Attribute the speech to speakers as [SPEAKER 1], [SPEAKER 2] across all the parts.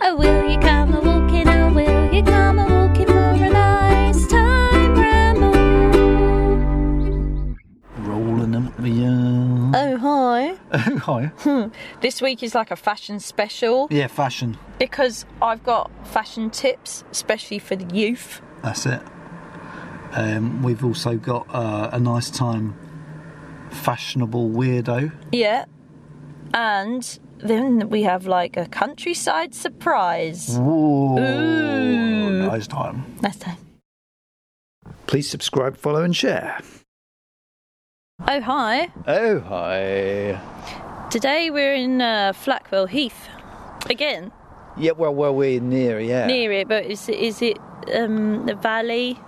[SPEAKER 1] Oh, will you come a walking? Oh, will you come a walking for a nice time ramble?
[SPEAKER 2] Rolling them at the. Uh...
[SPEAKER 3] Oh, hi.
[SPEAKER 2] Oh, hi.
[SPEAKER 3] This week is like a fashion special
[SPEAKER 2] Yeah, fashion.
[SPEAKER 3] because I've got fashion tips, especially for the youth.
[SPEAKER 2] That's it. Um, we've also got uh, a nice time fashionable weirdo.
[SPEAKER 3] Yeah. And then we have like a countryside surprise.
[SPEAKER 2] Whoa.
[SPEAKER 3] Ooh.
[SPEAKER 2] Nice time.
[SPEAKER 3] Nice time.
[SPEAKER 2] Please subscribe, follow, and share.
[SPEAKER 3] Oh, hi.
[SPEAKER 2] Oh, hi.
[SPEAKER 3] Today we're in uh, Flackwell Heath. Again,
[SPEAKER 2] Yeah, well, well, we're near, yeah.
[SPEAKER 3] near it, but is, is it um, the valley?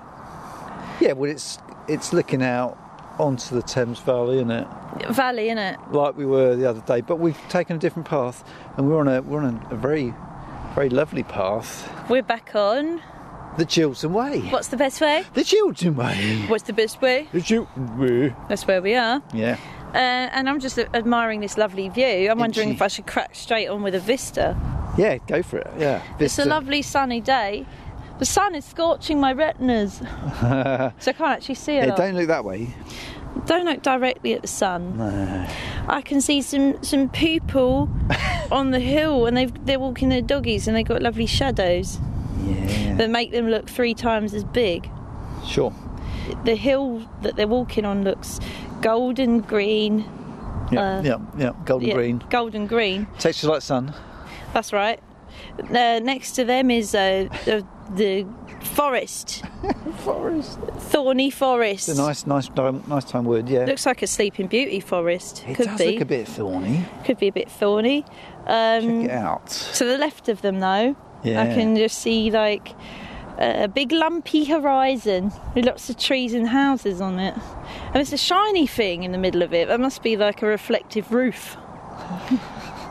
[SPEAKER 2] Yeah, well, it's it's looking out onto the Thames Valley, isn't it?
[SPEAKER 3] Valley, innit?
[SPEAKER 2] Like we were the other day, but we've taken a different path, and we're on a we're on a, a very very lovely path,
[SPEAKER 3] We're back on.
[SPEAKER 2] the Chiltern Way.
[SPEAKER 3] What's the best way?
[SPEAKER 2] The Chiltern Way.
[SPEAKER 3] What's the best way?
[SPEAKER 2] The Chiltern Way.
[SPEAKER 3] That's where we are.
[SPEAKER 2] Yeah.
[SPEAKER 3] Uh, and I'm just admiring this lovely view. I'm wondering
[SPEAKER 2] she?
[SPEAKER 3] if I should crack straight on with a vista.
[SPEAKER 2] Yeah, go for it. Yeah.
[SPEAKER 3] It's a lovely sunny day. The sun is scorching my retinas, so I can't actually see it.
[SPEAKER 2] Yeah, don't look that way. Uh,
[SPEAKER 3] don't... look directly at the sun. I can see some some people on the hill, and they've, they're walking their doggies, and they've got lovely shadows
[SPEAKER 2] Yeah.
[SPEAKER 3] that make them look three times as big.
[SPEAKER 2] Sure.
[SPEAKER 3] The hill that they're walking on looks golden green.
[SPEAKER 2] Yeah.
[SPEAKER 3] Uh,
[SPEAKER 2] yeah. Yeah. Golden
[SPEAKER 3] yeah,
[SPEAKER 2] green.
[SPEAKER 3] Golden green.
[SPEAKER 2] Texture like sun.
[SPEAKER 3] That's right. Uh, next to them is uh, the, the forest,
[SPEAKER 2] Forest.
[SPEAKER 3] thorny forest.
[SPEAKER 2] It's a nice, nice, time- nice time word. Yeah.
[SPEAKER 3] Looks like a Sleeping Beauty forest.
[SPEAKER 2] it
[SPEAKER 3] could
[SPEAKER 2] does
[SPEAKER 3] be.
[SPEAKER 2] look a bit thorny.
[SPEAKER 3] Could be a bit thorny. Um,
[SPEAKER 2] Check it out.
[SPEAKER 3] to the left of them, though, I
[SPEAKER 2] Yeah.
[SPEAKER 3] can just see like a a big lumpy horizon with lots of trees and houses on it. And there's a shiny thing in the middle of it. That must be like a reflective roof.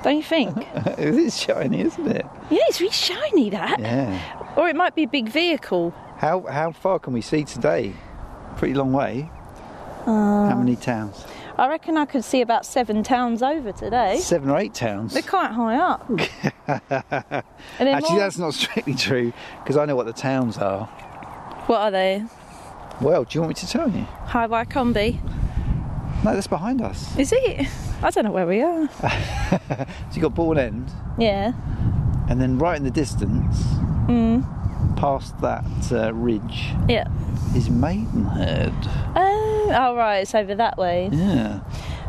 [SPEAKER 3] Don't you think? yeah,
[SPEAKER 2] it is shiny, isn't it?
[SPEAKER 3] it's really shiny that.
[SPEAKER 2] Yeah.
[SPEAKER 3] Or it might be a big vehicle.
[SPEAKER 2] How how far can we see today? Pretty long way. how many towns?
[SPEAKER 3] I reckon I could see about seven towns over today.
[SPEAKER 2] Seven or eight towns.
[SPEAKER 3] They're quite high up. and they're
[SPEAKER 2] Actually,
[SPEAKER 3] more-
[SPEAKER 2] that's not strictly true because I know what the towns are.
[SPEAKER 3] what are they?
[SPEAKER 2] Well, do you want me to tell you?
[SPEAKER 3] High Wycombe.
[SPEAKER 2] No, that's behind us.
[SPEAKER 3] Is it? I don't know where we are.
[SPEAKER 2] So you got Bourne End,
[SPEAKER 3] Yeah.
[SPEAKER 2] and then right in the distance, past that uh, ridge,
[SPEAKER 3] Mm. Yeah.
[SPEAKER 2] is Maidenhead.
[SPEAKER 3] Oh, all right. It's over that way.
[SPEAKER 2] Yeah.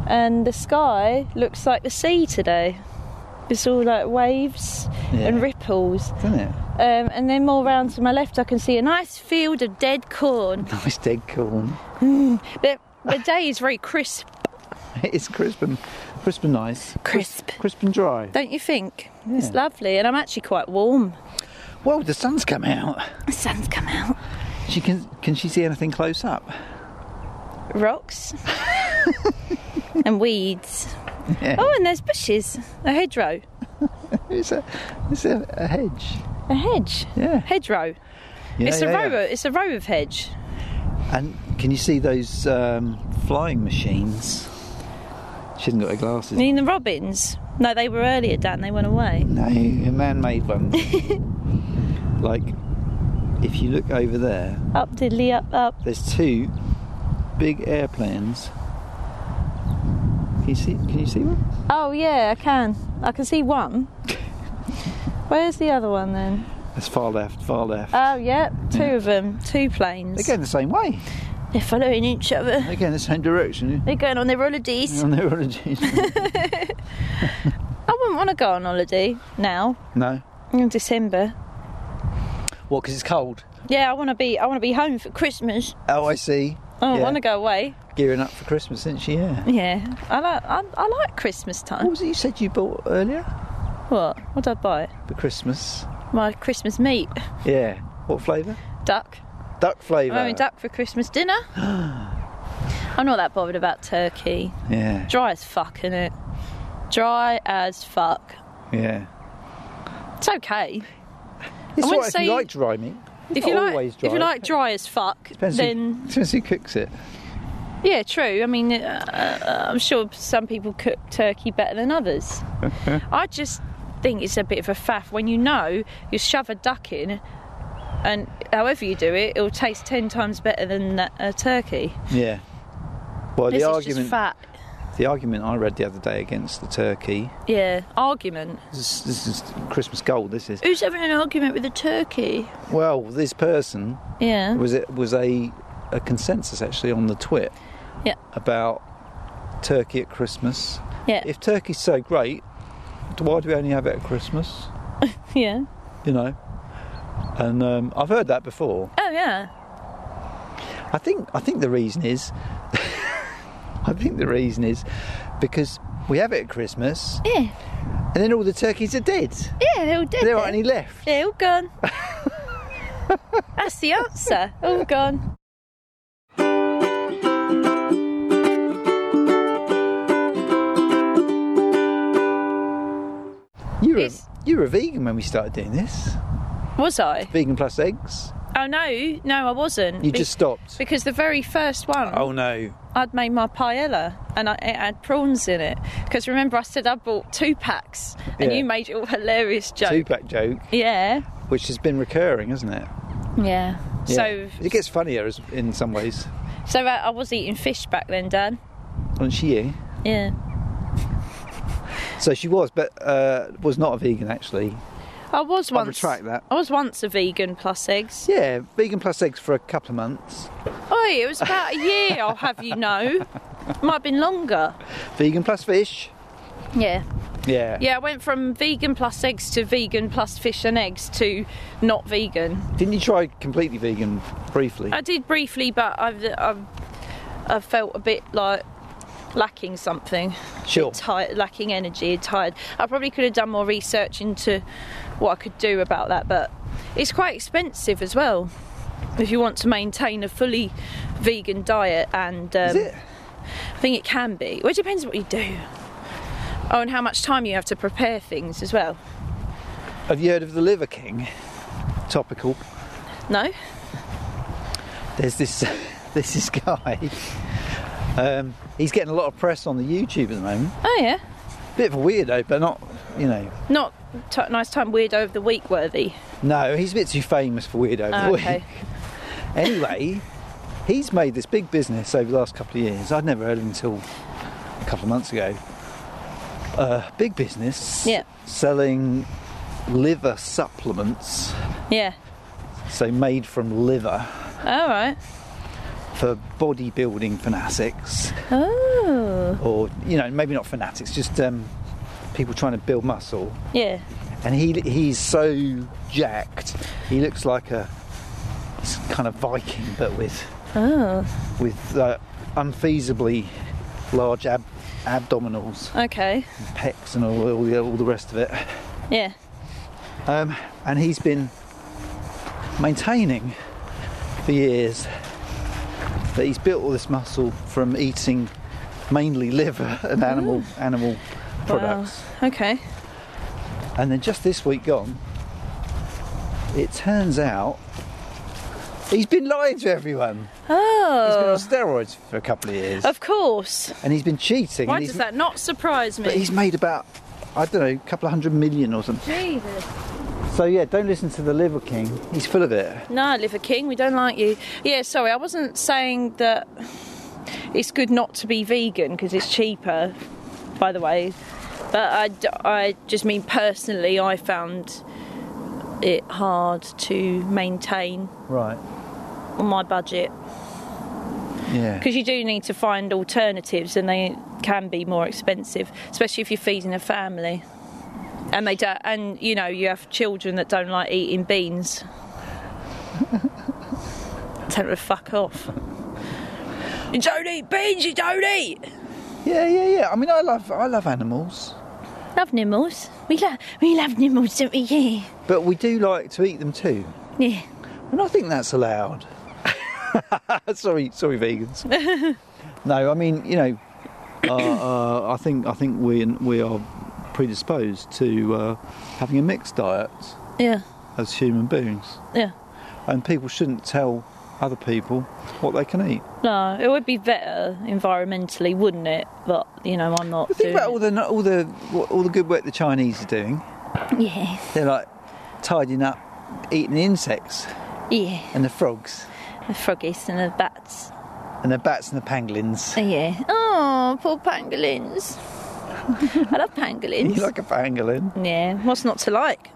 [SPEAKER 3] And the sky looks like the sea today. It's all like waves and
[SPEAKER 2] Yeah.
[SPEAKER 3] ripples.
[SPEAKER 2] Isn't it?
[SPEAKER 3] Um, and then more round to my left, I can see a nice field of dead corn.
[SPEAKER 2] Nice dead corn.
[SPEAKER 3] The, the day is very crisp.
[SPEAKER 2] It's crisp and crisp and nice.
[SPEAKER 3] Crisp.
[SPEAKER 2] Crisp and dry.
[SPEAKER 3] Don't you think? It's
[SPEAKER 2] Yeah.
[SPEAKER 3] lovely, and I'm actually quite warm.
[SPEAKER 2] Whoa, the sun's come out.
[SPEAKER 3] The sun's come out.
[SPEAKER 2] She can can she see anything close up?
[SPEAKER 3] Rocks and weeds.
[SPEAKER 2] Yeah.
[SPEAKER 3] Oh, and there's bushes. A hedgerow.
[SPEAKER 2] It's a it's a, a hedge.
[SPEAKER 3] A hedge.
[SPEAKER 2] Yeah.
[SPEAKER 3] Hedgerow.
[SPEAKER 2] Yeah,
[SPEAKER 3] it's a
[SPEAKER 2] yeah,
[SPEAKER 3] row. It's a row of hedge.
[SPEAKER 2] yeah. And can you see those um, flying machines? She hasn't got her
[SPEAKER 3] I
[SPEAKER 2] glasses.
[SPEAKER 3] mean the robins. No, they were earlier, Dan. They went away.
[SPEAKER 2] No, man-made ones. like if you look over there,
[SPEAKER 3] Up diddly up up.
[SPEAKER 2] there's two big airplanes. Can you see? Can you see one?
[SPEAKER 3] Oh yeah, I can. I can see one. Where's the other one then?
[SPEAKER 2] That's far left, far left.
[SPEAKER 3] Oh yeah, two of them. Two planes.
[SPEAKER 2] They're going the same way.
[SPEAKER 3] They're following each other.
[SPEAKER 2] They're going the same direction.
[SPEAKER 3] They're going on their holidays.
[SPEAKER 2] On their origin.
[SPEAKER 3] I wouldn't want to go on holiday now
[SPEAKER 2] no.
[SPEAKER 3] in December.
[SPEAKER 2] What? Because it's cold.
[SPEAKER 3] Yeah, I want to be. I want to be home for Christmas.
[SPEAKER 2] Oh, I see.
[SPEAKER 3] I don't
[SPEAKER 2] Yeah.
[SPEAKER 3] want to go away.
[SPEAKER 2] Gearing up for Christmas, isn't she? Yeah.
[SPEAKER 3] Yeah, I like. I, I like Christmas time.
[SPEAKER 2] What was it you said you bought earlier
[SPEAKER 3] What? What did I buy?
[SPEAKER 2] for Christmas?
[SPEAKER 3] My Christmas meat.
[SPEAKER 2] Yeah. What flavour?
[SPEAKER 3] Duck.
[SPEAKER 2] Duck flavour.
[SPEAKER 3] I'm having Oh, duck for Christmas dinner. I'm not that bothered about turkey.
[SPEAKER 2] Yeah.
[SPEAKER 3] Dry as fuck, isn't it? Dry as fuck.
[SPEAKER 2] Yeah.
[SPEAKER 3] It's okay.
[SPEAKER 2] It's
[SPEAKER 3] wouldn't
[SPEAKER 2] all right if
[SPEAKER 3] say-
[SPEAKER 2] you like dry meat.
[SPEAKER 3] If
[SPEAKER 2] not
[SPEAKER 3] you like,
[SPEAKER 2] always
[SPEAKER 3] if you
[SPEAKER 2] dry.
[SPEAKER 3] like dry as fuck,
[SPEAKER 2] Depends, who,
[SPEAKER 3] then
[SPEAKER 2] depends who cooks it.
[SPEAKER 3] yeah, true. I mean, uh, uh, I'm sure some people cook turkey better than others. I just think it's a bit of a faff. When you know you shove a duck in, and however you do it, it'll taste ten times better than that- a turkey.
[SPEAKER 2] Yeah. Well,
[SPEAKER 3] this
[SPEAKER 2] the
[SPEAKER 3] is
[SPEAKER 2] argument
[SPEAKER 3] just fat.
[SPEAKER 2] the argument I read the other day against the turkey.
[SPEAKER 3] Yeah, argument.
[SPEAKER 2] This, this is Christmas gold. This is
[SPEAKER 3] Who's having an argument with a turkey?
[SPEAKER 2] well. This person
[SPEAKER 3] Yeah.
[SPEAKER 2] was it was a a consensus actually on the twit
[SPEAKER 3] Yeah.
[SPEAKER 2] about turkey at Christmas.
[SPEAKER 3] Yeah.
[SPEAKER 2] If turkey's so great, why do we only have it at Christmas?
[SPEAKER 3] yeah.
[SPEAKER 2] You know. And um, I've heard that before.
[SPEAKER 3] Oh yeah.
[SPEAKER 2] I think I think the reason is I think the reason is because we have it at Christmas
[SPEAKER 3] Yeah.
[SPEAKER 2] and then all the turkeys are dead.
[SPEAKER 3] Yeah, they're all dead.
[SPEAKER 2] There
[SPEAKER 3] then.
[SPEAKER 2] aren't any left.
[SPEAKER 3] They're all gone. That's the answer. All gone.
[SPEAKER 2] You were
[SPEAKER 3] It's-
[SPEAKER 2] you were a vegan when we started doing this.
[SPEAKER 3] Was I?
[SPEAKER 2] Vegan plus eggs.
[SPEAKER 3] Oh no, no, I wasn't.
[SPEAKER 2] You
[SPEAKER 3] Be-
[SPEAKER 2] just stopped.
[SPEAKER 3] because the very first one,
[SPEAKER 2] Oh no.
[SPEAKER 3] I'd made my paella and I, it had prawns in it. Because remember, I said I bought two packs, and
[SPEAKER 2] Yeah.
[SPEAKER 3] you made your hilarious joke.
[SPEAKER 2] Two pack joke,
[SPEAKER 3] Yeah,
[SPEAKER 2] which has been recurring, hasn't it?
[SPEAKER 3] yeah.
[SPEAKER 2] Yeah.
[SPEAKER 3] So,
[SPEAKER 2] it gets funnier as, in some ways,
[SPEAKER 3] so uh, I, I was eating fish back then, Dan.
[SPEAKER 2] wasn't she? yeah?
[SPEAKER 3] Yeah.
[SPEAKER 2] So she was, but uh, was not a vegan actually.
[SPEAKER 3] I was once.
[SPEAKER 2] retract that.
[SPEAKER 3] I was once a vegan plus eggs.
[SPEAKER 2] Yeah, vegan plus eggs for a couple of months.
[SPEAKER 3] Oh, it was about a year. I'll have you know. Might have been longer.
[SPEAKER 2] Vegan plus fish.
[SPEAKER 3] Yeah.
[SPEAKER 2] Yeah.
[SPEAKER 3] Yeah, I went from vegan plus eggs to vegan plus fish and eggs to not vegan.
[SPEAKER 2] Didn't you try completely vegan briefly?
[SPEAKER 3] I did briefly, but I've, I've I felt a bit like lacking something,
[SPEAKER 2] sure.
[SPEAKER 3] tired, lacking energy, tired. I probably could have done more research into what I could do about that, but it's quite expensive as well if you want to maintain a fully vegan diet. And um,
[SPEAKER 2] Is it?
[SPEAKER 3] I think it can be. Well, it depends what you do. Oh, and how much time you have to prepare things as well.
[SPEAKER 2] Have you heard of the Liver King? Topical.
[SPEAKER 3] No?
[SPEAKER 2] There's this there's this guy. Um, he's getting a lot of press on the YouTube at the moment.
[SPEAKER 3] Oh, yeah.
[SPEAKER 2] Bit of a weirdo, but not you know.
[SPEAKER 3] Not t- nice time weirdo of the week worthy.
[SPEAKER 2] No, he's a bit too famous for weirdo. of the
[SPEAKER 3] Oh, okay.
[SPEAKER 2] week. Anyway, he's made this big business over the last couple of years. I'd never heard of him until a couple of months ago. Uh, big business.
[SPEAKER 3] Yeah.
[SPEAKER 2] Selling liver supplements,
[SPEAKER 3] Yeah.
[SPEAKER 2] so made from liver.
[SPEAKER 3] All right.
[SPEAKER 2] for bodybuilding fanatics,
[SPEAKER 3] Oh.
[SPEAKER 2] or you know, maybe not fanatics, just um, people trying to build muscle.
[SPEAKER 3] Yeah.
[SPEAKER 2] And he he's so jacked, he looks like a he's kind of Viking, but with
[SPEAKER 3] Oh.
[SPEAKER 2] with uh, unfeasibly large ab- abdominals,
[SPEAKER 3] Okay.
[SPEAKER 2] and pecs, and all, all the all the rest of it.
[SPEAKER 3] Yeah.
[SPEAKER 2] Um, and he's been maintaining for years that he's built all this muscle from eating mainly liver and animal animal products.
[SPEAKER 3] Mm. Wow. Okay.
[SPEAKER 2] And then just this week gone, it turns out he's been lying to everyone. He's been on
[SPEAKER 3] Oh.
[SPEAKER 2] steroids for a couple of years,
[SPEAKER 3] Of course.
[SPEAKER 2] and he's been cheating.
[SPEAKER 3] Why
[SPEAKER 2] and he's,
[SPEAKER 3] does that not surprise
[SPEAKER 2] But
[SPEAKER 3] me?
[SPEAKER 2] he's made about I don't know, a couple of hundred million or something.
[SPEAKER 3] Jesus.
[SPEAKER 2] So yeah, don't listen to the Liver King. He's full of it.
[SPEAKER 3] No, Liver King, we don't like you. Yeah, sorry, I wasn't saying that it's good not to be vegan because it's cheaper, by the way. But I, d- I just mean personally, I found it hard to maintain
[SPEAKER 2] Right.
[SPEAKER 3] on my budget
[SPEAKER 2] Yeah.
[SPEAKER 3] because you do need to find alternatives and they can be more expensive especially if you're feeding a family and they don't and you know you have children that don't like eating beans tell them to fuck off you don't eat beans you don't eat
[SPEAKER 2] Yeah, yeah, yeah. I mean, I love I love animals,
[SPEAKER 3] love nibbles we love we love nibbles don't we yeah
[SPEAKER 2] but we do like to eat them too,
[SPEAKER 3] yeah
[SPEAKER 2] and I think that's allowed. sorry, sorry, vegans. no, I mean, you know, uh, uh, I think I think we we are predisposed to uh, having a mixed diet
[SPEAKER 3] yeah
[SPEAKER 2] as human beings,
[SPEAKER 3] yeah
[SPEAKER 2] and people shouldn't tell other people what they can eat.
[SPEAKER 3] no, it would be better environmentally, wouldn't it? But you know, I'm not.
[SPEAKER 2] But think
[SPEAKER 3] doing
[SPEAKER 2] about
[SPEAKER 3] it.
[SPEAKER 2] all the all the all the good work the Chinese are doing.
[SPEAKER 3] Yeah.
[SPEAKER 2] They're like tidying up, eating the insects
[SPEAKER 3] Yeah.
[SPEAKER 2] and the frogs
[SPEAKER 3] The froggies and the bats.
[SPEAKER 2] and the bats and the pangolins.
[SPEAKER 3] Oh, yeah. Oh, poor pangolins. I love pangolins.
[SPEAKER 2] You like a pangolin?
[SPEAKER 3] yeah. What's not to like?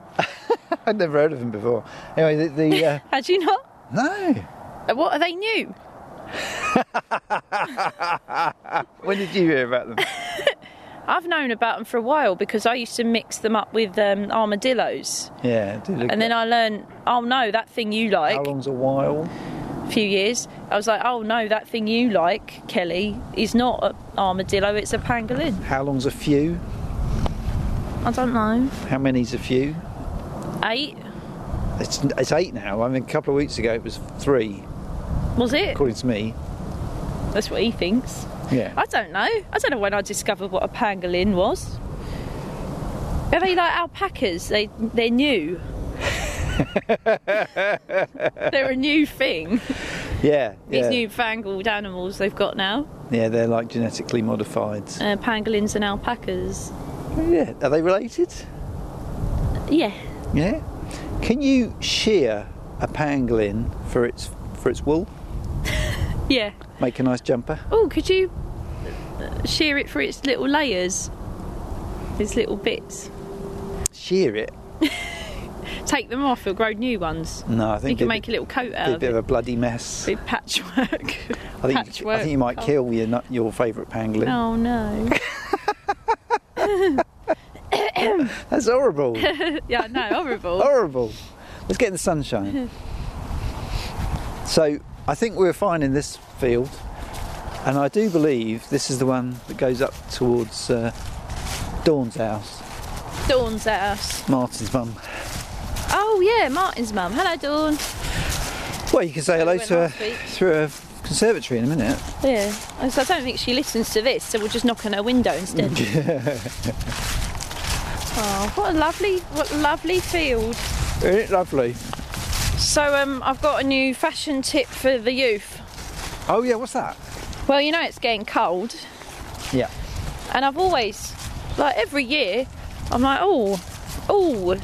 [SPEAKER 2] I'd never heard of them before. Anyway, the, the uh,
[SPEAKER 3] How do you not?
[SPEAKER 2] no.
[SPEAKER 3] Uh, What are they new?
[SPEAKER 2] When did you hear about them?
[SPEAKER 3] I've known about them for a while because I used to mix them up with um, armadillos,
[SPEAKER 2] Yeah. Do look
[SPEAKER 3] and then
[SPEAKER 2] at-
[SPEAKER 3] I learned, oh no, that thing you like.
[SPEAKER 2] How long's a while?
[SPEAKER 3] A few years, I was like, oh no, that thing you like, Kelly, is not an armadillo; it's a pangolin.
[SPEAKER 2] How long's a few?
[SPEAKER 3] I don't know.
[SPEAKER 2] How many's a few?
[SPEAKER 3] Eight
[SPEAKER 2] It's, it's eight now. I mean, a couple of weeks ago it was three,
[SPEAKER 3] was it?
[SPEAKER 2] according to me.
[SPEAKER 3] That's what he thinks.
[SPEAKER 2] Yeah.
[SPEAKER 3] I don't know. I don't know when I discovered what a pangolin was. Are they like alpacas? They they're new. they're a new thing.
[SPEAKER 2] yeah.
[SPEAKER 3] These
[SPEAKER 2] yeah.
[SPEAKER 3] newfangled animals they've got now.
[SPEAKER 2] Yeah, they're like genetically modified.
[SPEAKER 3] Uh, pangolins and alpacas.
[SPEAKER 2] Yeah. Are they related?
[SPEAKER 3] Yeah.
[SPEAKER 2] Yeah. Can you shear a pangolin for its for its wool?
[SPEAKER 3] Yeah.
[SPEAKER 2] Make a nice jumper.
[SPEAKER 3] Oh, could you uh, shear it for its little layers? Its little bits.
[SPEAKER 2] Shear it?
[SPEAKER 3] Take them off, you'll grow new ones.
[SPEAKER 2] No, Mm. I
[SPEAKER 3] You
[SPEAKER 2] think
[SPEAKER 3] can
[SPEAKER 2] it'd
[SPEAKER 3] make a little coat
[SPEAKER 2] be
[SPEAKER 3] out
[SPEAKER 2] a
[SPEAKER 3] of
[SPEAKER 2] bit
[SPEAKER 3] it.
[SPEAKER 2] of a bloody mess.
[SPEAKER 3] Bit patchwork.
[SPEAKER 2] I think you,
[SPEAKER 3] patchwork.
[SPEAKER 2] I think you might
[SPEAKER 3] colour.
[SPEAKER 2] kill your nu- your favourite pangolin.
[SPEAKER 3] Oh no. Oh.
[SPEAKER 2] That's horrible.
[SPEAKER 3] yeah, no, horrible.
[SPEAKER 2] horrible. Let's get in the sunshine. so I think we're fine in this field, and I do believe this is the one that goes up towards uh, Dawn's house,
[SPEAKER 3] Dawn's house.
[SPEAKER 2] Martin's mum.
[SPEAKER 3] Oh yeah, Martin's mum. Hello, Dawn.
[SPEAKER 2] Well, you can say hello
[SPEAKER 3] went
[SPEAKER 2] to her
[SPEAKER 3] last week.
[SPEAKER 2] through her conservatory in a minute.
[SPEAKER 3] Yeah. I so I don't think she listens to this, so we'll just knock on her window
[SPEAKER 2] Mm.
[SPEAKER 3] instead. oh, what a lovely, what a lovely field.
[SPEAKER 2] Isn't it lovely?
[SPEAKER 3] So um, I've got a new fashion tip for the youth.
[SPEAKER 2] Oh yeah, what's that?
[SPEAKER 3] Well, you know it's getting cold,
[SPEAKER 2] Yeah.
[SPEAKER 3] and I've always, like every year, I'm like, oh, oh,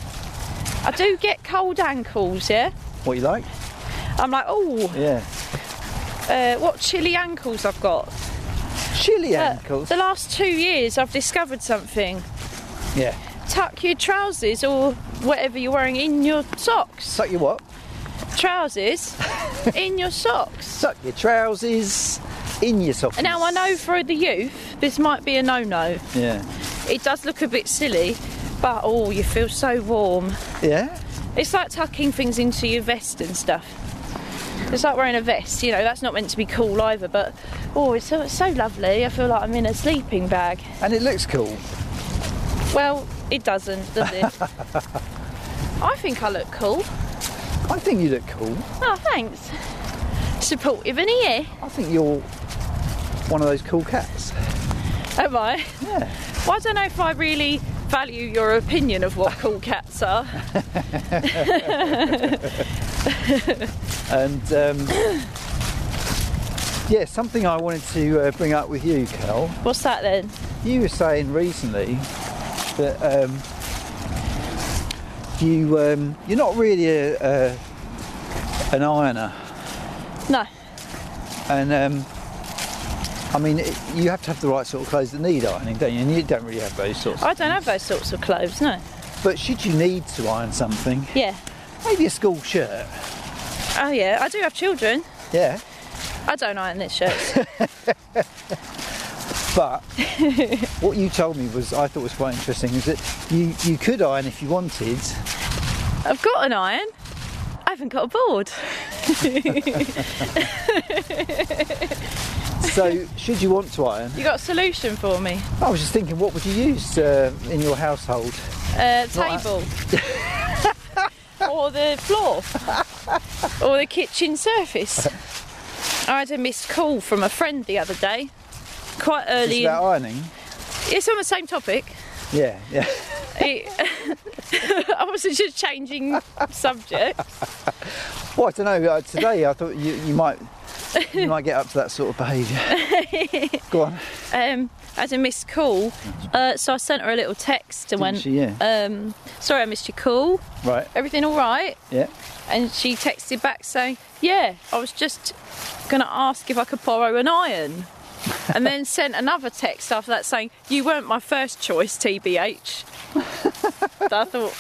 [SPEAKER 3] I do get cold ankles, yeah.
[SPEAKER 2] What you like?
[SPEAKER 3] I'm like, oh,
[SPEAKER 2] Yeah.
[SPEAKER 3] uh, what chilly ankles I've got.
[SPEAKER 2] Chilly
[SPEAKER 3] But
[SPEAKER 2] ankles.
[SPEAKER 3] The last two years, I've discovered something.
[SPEAKER 2] Yeah.
[SPEAKER 3] Tuck your trousers or whatever you're wearing in your socks.
[SPEAKER 2] Suck your what?
[SPEAKER 3] Trousers in your socks.
[SPEAKER 2] Suck your trousers in your socks.
[SPEAKER 3] And Now I know for the youth, this might be a no-no.
[SPEAKER 2] Yeah.
[SPEAKER 3] It does look a bit silly, but oh, you feel so warm.
[SPEAKER 2] Yeah.
[SPEAKER 3] It's like tucking things into your vest and stuff. It's like wearing a vest, you know. That's not meant to be cool either, but oh, it's so, it's so lovely. I feel like I'm in a sleeping bag.
[SPEAKER 2] And it looks cool.
[SPEAKER 3] Well, it doesn't, does it? I think I look cool.
[SPEAKER 2] I think you look cool.
[SPEAKER 3] Oh, thanks. Supportive in here,
[SPEAKER 2] I think you're one of those cool cats.
[SPEAKER 3] am I?
[SPEAKER 2] Yeah.
[SPEAKER 3] Well, I don't know if I really value your opinion of what cool cats are.
[SPEAKER 2] And um, yeah, something I wanted to uh, bring up with you, Kel.
[SPEAKER 3] What's that then?
[SPEAKER 2] You were saying recently that um, you um, you're not really a, a, an ironer,
[SPEAKER 3] No.
[SPEAKER 2] and um, I mean it, you have to have the right sort of clothes that need ironing, don't you? And you don't really have those sorts.
[SPEAKER 3] I don't have those sorts of clothes, no.
[SPEAKER 2] But should you need to iron something,
[SPEAKER 3] Yeah.
[SPEAKER 2] maybe a school shirt.
[SPEAKER 3] Oh, yeah. I do have children.
[SPEAKER 2] Yeah.
[SPEAKER 3] I don't iron their shirts.
[SPEAKER 2] But what you told me was I thought was quite interesting is that you, you could iron if you wanted.
[SPEAKER 3] I've got an iron. I haven't got a board.
[SPEAKER 2] So should you want to iron?
[SPEAKER 3] You got a solution for me?
[SPEAKER 2] I was just thinking, what would you use uh, in your household?
[SPEAKER 3] Uh,
[SPEAKER 2] Not
[SPEAKER 3] table. or the floor. or the kitchen surface. I had a missed call from a friend the other day. Quite
[SPEAKER 2] Just
[SPEAKER 3] early. in-
[SPEAKER 2] about ironing.
[SPEAKER 3] It's on the same topic.
[SPEAKER 2] Yeah, yeah.
[SPEAKER 3] It- I was just changing subject.
[SPEAKER 2] Well, I don't know. Uh, today I thought you, you might you might get up to that sort of behaviour. Go on.
[SPEAKER 3] um, as a missed call. Uh, so I sent her a little text
[SPEAKER 2] Didn't
[SPEAKER 3] and went,
[SPEAKER 2] she? Yeah.
[SPEAKER 3] um, sorry I missed your call.
[SPEAKER 2] Right.
[SPEAKER 3] Everything all right?
[SPEAKER 2] Yeah.
[SPEAKER 3] And she texted back saying, yeah, I was just going to ask if I could borrow an iron. and then sent another text after that saying, you weren't my first choice, TBH. But I thought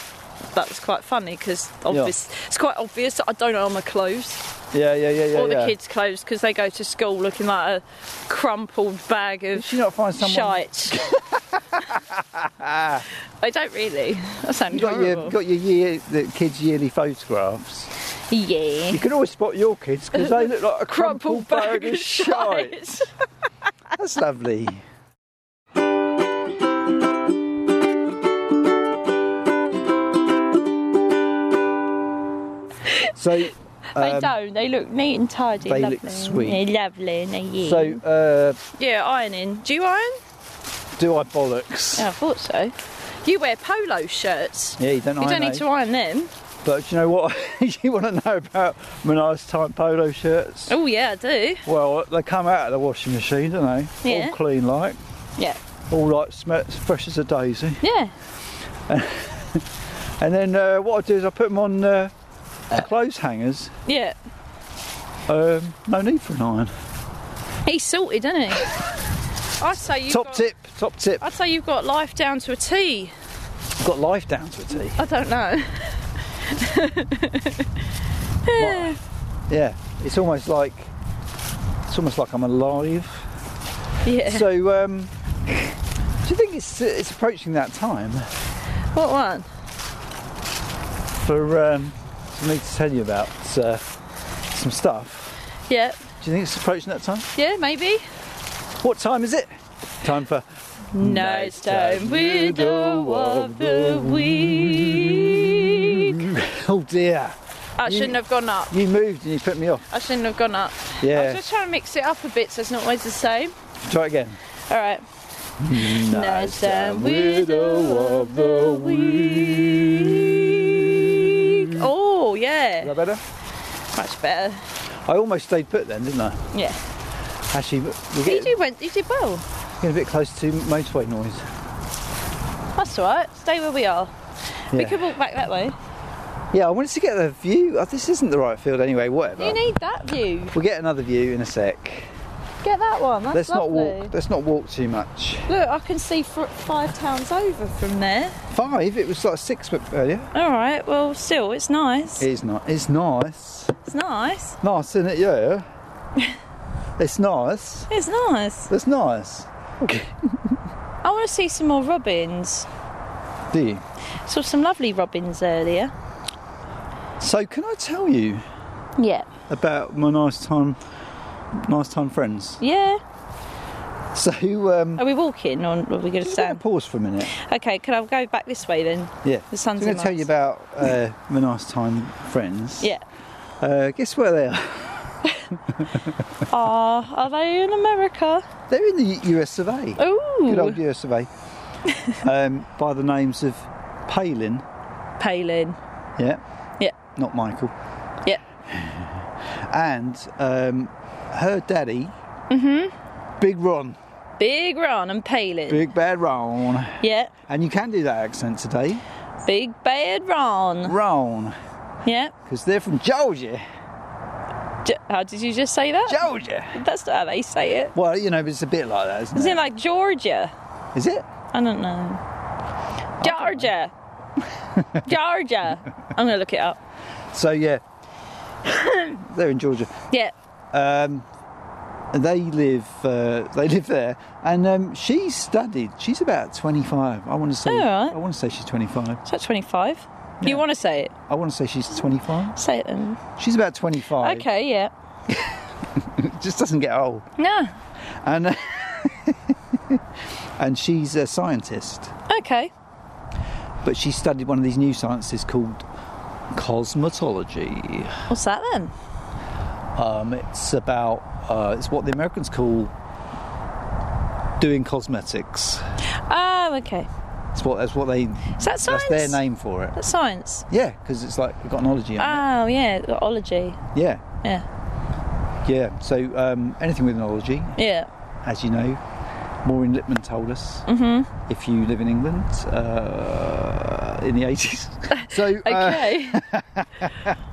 [SPEAKER 3] that was quite funny because obvious. it's quite obvious that I don't own my clothes
[SPEAKER 2] Yeah. Yeah. Yeah. Yeah.
[SPEAKER 3] all the
[SPEAKER 2] yeah.
[SPEAKER 3] kids' clothes because they go to school looking like a crumpled bag of
[SPEAKER 2] Did she not find someone?
[SPEAKER 3] shite. I don't really. That
[SPEAKER 2] You
[SPEAKER 3] sounds
[SPEAKER 2] got your
[SPEAKER 3] horrible.
[SPEAKER 2] got your year the kids yearly photographs.
[SPEAKER 3] yeah.
[SPEAKER 2] You can always spot your kids because they look like a crumpled bag of shite. That's lovely. so,
[SPEAKER 3] they
[SPEAKER 2] um,
[SPEAKER 3] don't. They look neat and tidy.
[SPEAKER 2] they
[SPEAKER 3] lovely.
[SPEAKER 2] look sweet.
[SPEAKER 3] Yeah, lovely. no, yeah.
[SPEAKER 2] so uh,
[SPEAKER 3] yeah, ironing. Do you iron?
[SPEAKER 2] do I bollocks?
[SPEAKER 3] Yeah, I thought so. You wear polo shirts.
[SPEAKER 2] Yeah, you don't.
[SPEAKER 3] You
[SPEAKER 2] iron
[SPEAKER 3] don't need
[SPEAKER 2] those.
[SPEAKER 3] to iron them.
[SPEAKER 2] But do you know what? you want to know about when I was type polo shirts?
[SPEAKER 3] Oh yeah, I do.
[SPEAKER 2] Well, they come out of the washing machine, don't they?
[SPEAKER 3] Yeah.
[SPEAKER 2] All clean, like
[SPEAKER 3] Yeah,
[SPEAKER 2] all like sm- fresh as a daisy.
[SPEAKER 3] yeah.
[SPEAKER 2] And then uh, what I do is I put them on uh, clothes hangers.
[SPEAKER 3] Yeah.
[SPEAKER 2] Um, no need for an iron.
[SPEAKER 3] He's sorted, isn't he? I say you.
[SPEAKER 2] top
[SPEAKER 3] got,
[SPEAKER 2] tip, top tip.
[SPEAKER 3] I'd say you've got life down to a T.
[SPEAKER 2] got life down to a T.
[SPEAKER 3] I don't know.
[SPEAKER 2] Yeah, it's almost like it's almost like I'm alive.
[SPEAKER 3] Yeah.
[SPEAKER 2] So, um, do you think it's it's approaching that time
[SPEAKER 3] what one?
[SPEAKER 2] for um, for me to tell you about uh, some stuff?
[SPEAKER 3] Yeah.
[SPEAKER 2] Do you think it's approaching that time?
[SPEAKER 3] Yeah, maybe.
[SPEAKER 2] What time is it? Time for
[SPEAKER 3] No, it's time. Widow of the week.
[SPEAKER 2] oh dear,
[SPEAKER 3] I shouldn't have gone up.
[SPEAKER 2] you moved and you put me off.
[SPEAKER 3] I shouldn't have gone up. I was
[SPEAKER 2] Yeah,
[SPEAKER 3] just trying to mix it up a bit so it's not always the same.
[SPEAKER 2] try again.
[SPEAKER 3] All right. No, it's time.
[SPEAKER 2] Widow of the week.
[SPEAKER 3] Oh,
[SPEAKER 2] Is
[SPEAKER 3] yeah.
[SPEAKER 2] that better?
[SPEAKER 3] Much better.
[SPEAKER 2] I almost stayed put then, didn't I?
[SPEAKER 3] Yeah.
[SPEAKER 2] Actually, we're
[SPEAKER 3] You
[SPEAKER 2] getting,
[SPEAKER 3] did, went, you did well.
[SPEAKER 2] getting a bit close to motorway noise.
[SPEAKER 3] That's all right. Stay where we are. We
[SPEAKER 2] Yeah.
[SPEAKER 3] could walk back that way.
[SPEAKER 2] Yeah, I wanted to get the view. Oh, this isn't the right field anyway, whatever.
[SPEAKER 3] You need that view.
[SPEAKER 2] we'll get another view in a sec.
[SPEAKER 3] Get that one. That's
[SPEAKER 2] let's
[SPEAKER 3] lovely.
[SPEAKER 2] not walk let's not walk too much.
[SPEAKER 3] Look, I can see fr- five towns over from there.
[SPEAKER 2] Five, it was like six but earlier.
[SPEAKER 3] All right. Well, still, it's nice.
[SPEAKER 2] It is not it's nice.
[SPEAKER 3] It's nice.
[SPEAKER 2] Nice, isn't it? Yeah. it's nice.
[SPEAKER 3] It's nice.
[SPEAKER 2] That's nice.
[SPEAKER 3] I want to see some more robins.
[SPEAKER 2] Do you?
[SPEAKER 3] Saw some lovely robins earlier.
[SPEAKER 2] So can I tell you
[SPEAKER 3] Yeah.
[SPEAKER 2] about my nice time nice time friends?
[SPEAKER 3] Yeah.
[SPEAKER 2] So um
[SPEAKER 3] Are we walking or are we going to
[SPEAKER 2] just gonna
[SPEAKER 3] stand?
[SPEAKER 2] pause for a minute.
[SPEAKER 3] Okay. Can I go back this way then?
[SPEAKER 2] Yeah.
[SPEAKER 3] The sun's
[SPEAKER 2] so I'm going to
[SPEAKER 3] nice.
[SPEAKER 2] tell you about uh, my nice time friends.
[SPEAKER 3] Yeah.
[SPEAKER 2] Uh, guess where they are?
[SPEAKER 3] Ah, are they in America?
[SPEAKER 2] They're in the US of A. Good old
[SPEAKER 3] Ooh.
[SPEAKER 2] US of A. um, by the names of Palin.
[SPEAKER 3] Palin.
[SPEAKER 2] Yeah.
[SPEAKER 3] Yeah.
[SPEAKER 2] Not Michael.
[SPEAKER 3] Yeah.
[SPEAKER 2] And um, her daddy. Mm-hmm. Big Ron.
[SPEAKER 3] Big Ron and Palin.
[SPEAKER 2] Big Bad Ron.
[SPEAKER 3] Yeah.
[SPEAKER 2] And you can do that accent today.
[SPEAKER 3] Big Bad Ron.
[SPEAKER 2] Ron.
[SPEAKER 3] Yeah.
[SPEAKER 2] Because they're from Georgia.
[SPEAKER 3] J- how did you just say that?
[SPEAKER 2] Georgia.
[SPEAKER 3] That's not how they say it.
[SPEAKER 2] Well, you know, it's a bit like that, isn't
[SPEAKER 3] Is
[SPEAKER 2] it?
[SPEAKER 3] it like Georgia?
[SPEAKER 2] Is it?
[SPEAKER 3] I don't know. Georgia. Georgia. I'm gonna look it up.
[SPEAKER 2] So, yeah. they're in Georgia.
[SPEAKER 3] Yeah.
[SPEAKER 2] um, they live uh, they live there, and um, she studied. She's about twenty five. I want to say.
[SPEAKER 3] All right.
[SPEAKER 2] I want to say she's twenty five.
[SPEAKER 3] Is that 25? Do You
[SPEAKER 2] Yeah.
[SPEAKER 3] want to say it?
[SPEAKER 2] I want to say she's twenty five.
[SPEAKER 3] Say it then.
[SPEAKER 2] She's about twenty five.
[SPEAKER 3] Okay. Yeah.
[SPEAKER 2] Just doesn't get old,
[SPEAKER 3] No.
[SPEAKER 2] and uh, and she's a scientist,
[SPEAKER 3] Okay.
[SPEAKER 2] but she studied one of these new sciences called cosmetology.
[SPEAKER 3] What's that then?
[SPEAKER 2] Um, it's about uh, it's what the Americans call doing cosmetics.
[SPEAKER 3] Oh, okay.
[SPEAKER 2] It's what that's what they
[SPEAKER 3] Is that science?
[SPEAKER 2] that's their name for it.
[SPEAKER 3] That's science. Ah.
[SPEAKER 2] Yeah, because it's like we've got an ology on it.
[SPEAKER 3] Oh yeah, the ology.
[SPEAKER 2] Yeah.
[SPEAKER 3] Yeah.
[SPEAKER 2] Yeah. So um, anything with an ology,
[SPEAKER 3] Yeah.
[SPEAKER 2] as you know, Maureen Lipman told us
[SPEAKER 3] Mhm.
[SPEAKER 2] if you live in England uh, in the 80s. so, uh,
[SPEAKER 3] Okay.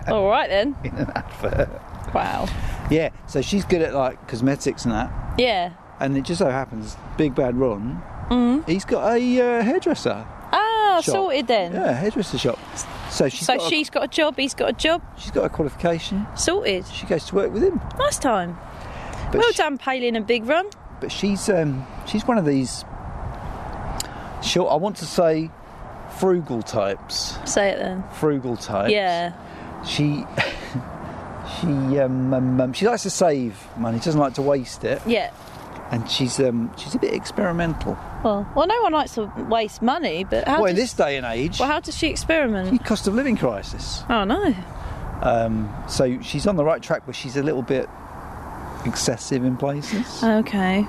[SPEAKER 3] All right then.
[SPEAKER 2] in an advert.
[SPEAKER 3] Wow.
[SPEAKER 2] Yeah, so she's good at like cosmetics and that.
[SPEAKER 3] Yeah.
[SPEAKER 2] And it just so happens, Big Bad Ron,
[SPEAKER 3] Mm.
[SPEAKER 2] he's got a uh, hairdresser.
[SPEAKER 3] Ah,
[SPEAKER 2] Shop.
[SPEAKER 3] sorted then.
[SPEAKER 2] Yeah, hairdresser shop. So she's
[SPEAKER 3] so
[SPEAKER 2] got
[SPEAKER 3] she's got a job. He's got a job.
[SPEAKER 2] a, she's got a qualification.
[SPEAKER 3] Sorted.
[SPEAKER 2] She goes to work with him.
[SPEAKER 3] Nice time.
[SPEAKER 2] But
[SPEAKER 3] well
[SPEAKER 2] she-
[SPEAKER 3] done, Palin and Big Run.
[SPEAKER 2] but she's um, she's one of these short. I want to say frugal types.
[SPEAKER 3] Say it then.
[SPEAKER 2] Frugal types.
[SPEAKER 3] Yeah.
[SPEAKER 2] She she um, um, um, she likes to save money. Doesn't like to waste it.
[SPEAKER 3] Yeah.
[SPEAKER 2] And she's um, she's a bit experimental.
[SPEAKER 3] Well, well, no one likes to waste money, but how
[SPEAKER 2] well, in
[SPEAKER 3] does,
[SPEAKER 2] this day and age,
[SPEAKER 3] well, how does she
[SPEAKER 2] the
[SPEAKER 3] experiment?
[SPEAKER 2] cost of living crisis.
[SPEAKER 3] Oh no.
[SPEAKER 2] Um, so she's on the right track, but she's a little bit excessive in places.
[SPEAKER 3] Uh, Okay.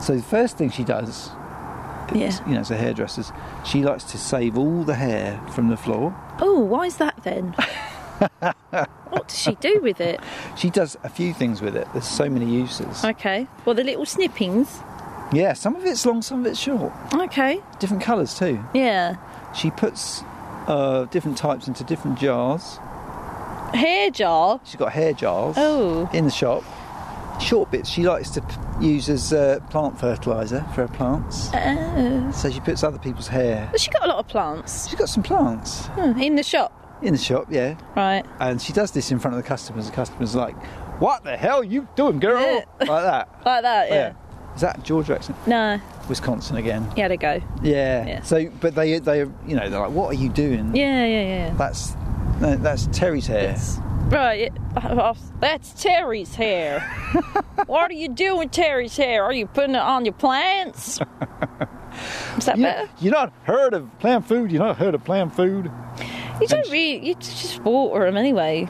[SPEAKER 2] So the first thing she does, is, you know, as a hairdresser's, she likes to save all the hair from the floor.
[SPEAKER 3] Oh, why is that then? what does she do with it?
[SPEAKER 2] She does a few things with it. There's so many uses.
[SPEAKER 3] Okay. Well, the little snippings.
[SPEAKER 2] Yeah, some of it's long, some of it's short.
[SPEAKER 3] Okay.
[SPEAKER 2] Different colours too.
[SPEAKER 3] Yeah.
[SPEAKER 2] She puts uh, different types into different jars.
[SPEAKER 3] Hair jar.
[SPEAKER 2] She's got hair jars
[SPEAKER 3] Oh.
[SPEAKER 2] in the shop. Short bits she likes to p- use as uh, plant fertiliser for her plants.
[SPEAKER 3] Oh.
[SPEAKER 2] So she puts other people's hair.
[SPEAKER 3] But she got a lot of plants
[SPEAKER 2] She's got some plants
[SPEAKER 3] Hmm, in the shop.
[SPEAKER 2] in the shop, yeah.
[SPEAKER 3] Right.
[SPEAKER 2] And she does this in front of the customers. The customers are like, "What the hell you doing, girl?"
[SPEAKER 3] Yeah.
[SPEAKER 2] Like that.
[SPEAKER 3] Like that. Yeah.
[SPEAKER 2] Is that Georgia accent?
[SPEAKER 3] No.
[SPEAKER 2] Wisconsin again.
[SPEAKER 3] He had a go.
[SPEAKER 2] Yeah.
[SPEAKER 3] Yeah.
[SPEAKER 2] So, but they, they, you know, they're like, "What are you doing?"
[SPEAKER 3] Yeah. Yeah. Yeah.
[SPEAKER 2] That's no, that's Terry's hair.
[SPEAKER 3] It's- Right, yeah. that's Terry's hair. what are you doing with Terry's hair? Are you putting it on your plants? Is that
[SPEAKER 2] you,
[SPEAKER 3] better?
[SPEAKER 2] you not heard of plant food? You not heard of plant food?
[SPEAKER 3] You don't really, you just water them anyway.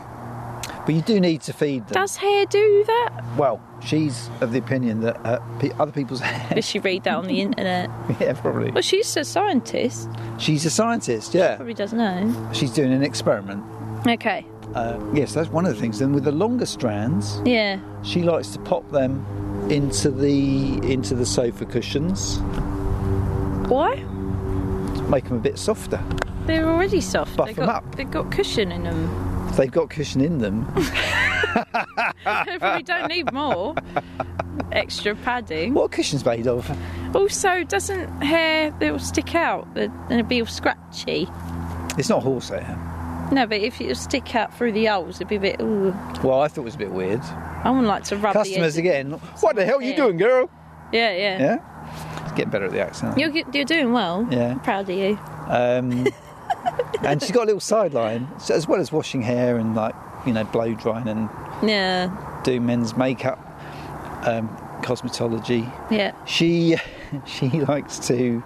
[SPEAKER 2] But you do need to feed them.
[SPEAKER 3] Does hair do that?
[SPEAKER 2] well, she's of the opinion that uh, pe- other people's hair.
[SPEAKER 3] Did she read that on the internet?
[SPEAKER 2] yeah, probably.
[SPEAKER 3] Well, she's a scientist.
[SPEAKER 2] She's a scientist. Yeah,
[SPEAKER 3] Probably doesn't know.
[SPEAKER 2] she's doing an experiment.
[SPEAKER 3] Okay.
[SPEAKER 2] Uh, yes, that's one of the things. Then with the longer strands,
[SPEAKER 3] Yeah.
[SPEAKER 2] she likes to pop them into the into the sofa cushions,
[SPEAKER 3] Why?
[SPEAKER 2] make them a bit softer.
[SPEAKER 3] They're already soft.
[SPEAKER 2] Buff
[SPEAKER 3] they've
[SPEAKER 2] 'em
[SPEAKER 3] got,
[SPEAKER 2] up.
[SPEAKER 3] They've got cushion in them.
[SPEAKER 2] They've got cushion in them.
[SPEAKER 3] they probably don't need more extra padding.
[SPEAKER 2] what are cushions made of?
[SPEAKER 3] Also, doesn't hair that will stick out and it'll be all scratchy?
[SPEAKER 2] It's not horsehair.
[SPEAKER 3] No, but if it'll stick out through the holes, it'd be a bit. Ooh,
[SPEAKER 2] Well, I thought it was a bit weird.
[SPEAKER 3] I wouldn't like to rub
[SPEAKER 2] Customers
[SPEAKER 3] the edge.
[SPEAKER 2] again. What the hell are you
[SPEAKER 3] hair.
[SPEAKER 2] doing, girl?
[SPEAKER 3] Yeah, yeah.
[SPEAKER 2] Yeah, it's getting better at the accent.
[SPEAKER 3] You're good- you're doing well.
[SPEAKER 2] Yeah.
[SPEAKER 3] I'm proud of you.
[SPEAKER 2] Um, and she's got a little sideline, so as well as washing hair and like you know blow drying and
[SPEAKER 3] Yeah,
[SPEAKER 2] do men's makeup, um, cosmetology.
[SPEAKER 3] yeah.
[SPEAKER 2] She she likes to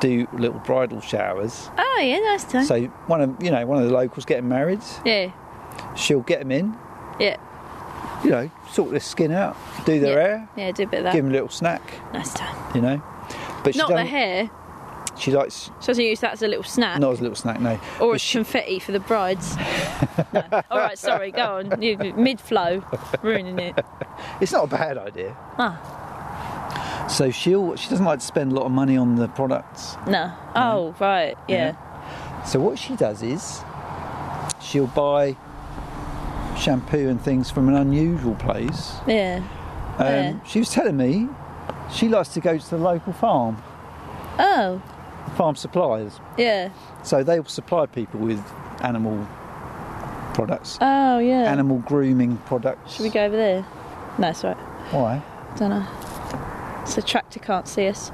[SPEAKER 2] do little bridal showers.
[SPEAKER 3] Oh yeah, nice time.
[SPEAKER 2] So one of you know one of the locals getting married,
[SPEAKER 3] yeah,
[SPEAKER 2] she'll get them in.
[SPEAKER 3] yeah,
[SPEAKER 2] You know, sort their skin out, do their
[SPEAKER 3] Yeah.
[SPEAKER 2] hair,
[SPEAKER 3] yeah. Do a bit of that.
[SPEAKER 2] give them a little snack.
[SPEAKER 3] nice time.
[SPEAKER 2] You know, but she
[SPEAKER 3] Not the
[SPEAKER 2] don't-
[SPEAKER 3] hair.
[SPEAKER 2] She likes
[SPEAKER 3] She doesn't use that as a little snack.
[SPEAKER 2] not as a little snack. No,
[SPEAKER 3] Or
[SPEAKER 2] But
[SPEAKER 3] as confetti for the brides. no. All right, sorry. Go on. You mid flow, ruining it.
[SPEAKER 2] it's not a bad idea.
[SPEAKER 3] Ah,
[SPEAKER 2] So she'll she doesn't like to spend a lot of money on the products.
[SPEAKER 3] no. Oh right, yeah.
[SPEAKER 2] So what she does is she'll buy shampoo and things from an unusual place.
[SPEAKER 3] yeah,
[SPEAKER 2] Um,
[SPEAKER 3] Yeah.
[SPEAKER 2] She was telling me she likes to go to the local farm,
[SPEAKER 3] Oh
[SPEAKER 2] farm suppliers.
[SPEAKER 3] yeah.
[SPEAKER 2] So they will supply people with animal products,
[SPEAKER 3] Oh yeah.
[SPEAKER 2] animal grooming products.
[SPEAKER 3] Should we go over there? No, it's all right.
[SPEAKER 2] Why?
[SPEAKER 3] Don't know. So tractor can't see us.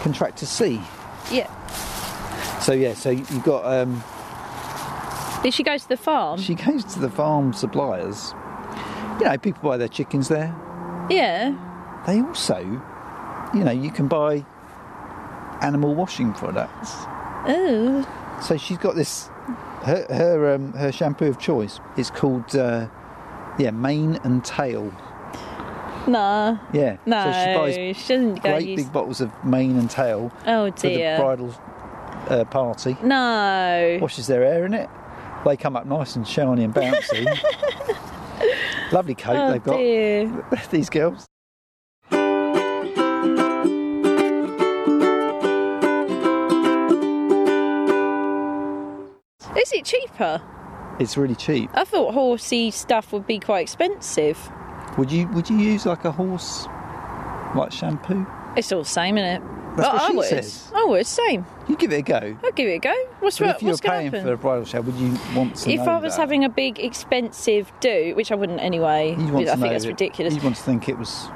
[SPEAKER 2] Contractor C.
[SPEAKER 3] Yeah.
[SPEAKER 2] So yeah, so you've got um,
[SPEAKER 3] Did she go to the farm?
[SPEAKER 2] she goes to the farm suppliers. You know, people buy their chickens there.
[SPEAKER 3] yeah.
[SPEAKER 2] They also, you know, you can buy animal washing products.
[SPEAKER 3] Oh.
[SPEAKER 2] So she's got this. Her her um, her shampoo of choice is called uh, yeah mane and tail.
[SPEAKER 3] No.
[SPEAKER 2] Yeah.
[SPEAKER 3] No.
[SPEAKER 2] So she buys
[SPEAKER 3] she, doesn't go
[SPEAKER 2] great
[SPEAKER 3] use.
[SPEAKER 2] big bottles of mane and tail
[SPEAKER 3] oh
[SPEAKER 2] for the
[SPEAKER 3] dear.
[SPEAKER 2] bridal uh, party.
[SPEAKER 3] No.
[SPEAKER 2] Washes their hair in it. They come up nice and shiny and bouncy. Lovely coat
[SPEAKER 3] Oh
[SPEAKER 2] they've got,
[SPEAKER 3] dear.
[SPEAKER 2] these girls.
[SPEAKER 3] Is it cheaper?
[SPEAKER 2] It's really cheap.
[SPEAKER 3] I thought horsey stuff would be quite expensive.
[SPEAKER 2] Would you would you use like a horse like shampoo?
[SPEAKER 3] It's all the same, isn't it?
[SPEAKER 2] That's what
[SPEAKER 3] I
[SPEAKER 2] she
[SPEAKER 3] would.
[SPEAKER 2] says.
[SPEAKER 3] I would, same.
[SPEAKER 2] You give it a go.
[SPEAKER 3] I'll give it a go. What's,
[SPEAKER 2] But
[SPEAKER 3] what,
[SPEAKER 2] if you were
[SPEAKER 3] what's going to
[SPEAKER 2] paying
[SPEAKER 3] happen?
[SPEAKER 2] for a bridal shower, would you want to
[SPEAKER 3] if
[SPEAKER 2] know
[SPEAKER 3] I was
[SPEAKER 2] that?
[SPEAKER 3] having a big, expensive do, which I wouldn't anyway,
[SPEAKER 2] You'd want
[SPEAKER 3] I
[SPEAKER 2] to know
[SPEAKER 3] think that's
[SPEAKER 2] that-
[SPEAKER 3] ridiculous.
[SPEAKER 2] You'd want to think it was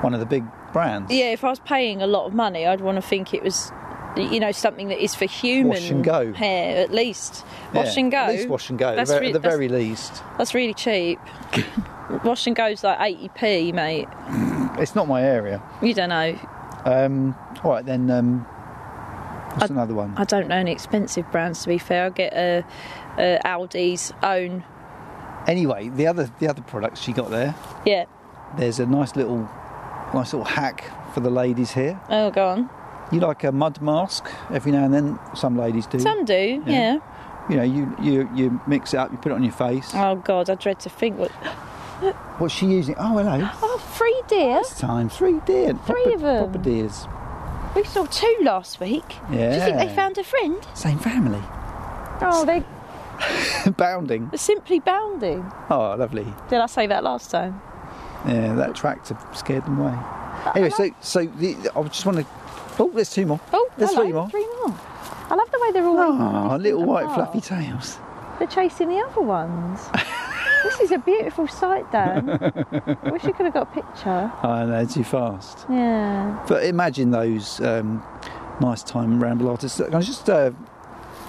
[SPEAKER 2] one of the big brands.
[SPEAKER 3] Yeah, if I was paying a lot of money, I'd want to think it was, you know, something that is for human
[SPEAKER 2] Wash and go.
[SPEAKER 3] hair at least. Wash
[SPEAKER 2] Yeah,
[SPEAKER 3] and go.
[SPEAKER 2] At least wash and go. At
[SPEAKER 3] That's
[SPEAKER 2] the, ver-
[SPEAKER 3] re-
[SPEAKER 2] at the
[SPEAKER 3] that's-
[SPEAKER 2] very least,
[SPEAKER 3] That's really cheap. wash and go's like eighty p, mate.
[SPEAKER 2] it's not my area.
[SPEAKER 3] You don't know.
[SPEAKER 2] Um, all right then. Um, what's another one?
[SPEAKER 3] I don't know any expensive brands to be fair. I get a, a Aldi's own.
[SPEAKER 2] anyway, the other the other products she got there.
[SPEAKER 3] Yeah.
[SPEAKER 2] There's a nice little nice little hack for the ladies here.
[SPEAKER 3] Oh, go on.
[SPEAKER 2] You like a mud mask every now and then. Some ladies do.
[SPEAKER 3] Some do. Yeah.
[SPEAKER 2] Mm. Yeah. You know, you you you mix it up. You put it on your face.
[SPEAKER 3] Oh God, I dread to think what.
[SPEAKER 2] What's she using? Oh, hello.
[SPEAKER 3] Oh, three deer.
[SPEAKER 2] This time three deer.
[SPEAKER 3] Three
[SPEAKER 2] proper,
[SPEAKER 3] of 'em.
[SPEAKER 2] Proper deers.
[SPEAKER 3] We saw two last week. Do you think they
[SPEAKER 2] Yeah.
[SPEAKER 3] found a friend?
[SPEAKER 2] Same family.
[SPEAKER 3] Oh, they're
[SPEAKER 2] Bounding.
[SPEAKER 3] simply bounding.
[SPEAKER 2] Oh, lovely.
[SPEAKER 3] Did I say that last time?
[SPEAKER 2] Yeah, that tractor scared them away. Anyway, so so the, I just want to. Oh, there's two more.
[SPEAKER 3] Oh,
[SPEAKER 2] there's
[SPEAKER 3] hello,
[SPEAKER 2] three more.
[SPEAKER 3] I love the way they're all.
[SPEAKER 2] Oh,
[SPEAKER 3] distant
[SPEAKER 2] little white
[SPEAKER 3] apart.
[SPEAKER 2] fluffy tails.
[SPEAKER 3] They're chasing the other ones. this is a beautiful sight, Dan. I wish you could have got a picture.
[SPEAKER 2] Oh, no, too fast.
[SPEAKER 3] Yeah.
[SPEAKER 2] But imagine those um, nice time ramble artists. Can I just uh,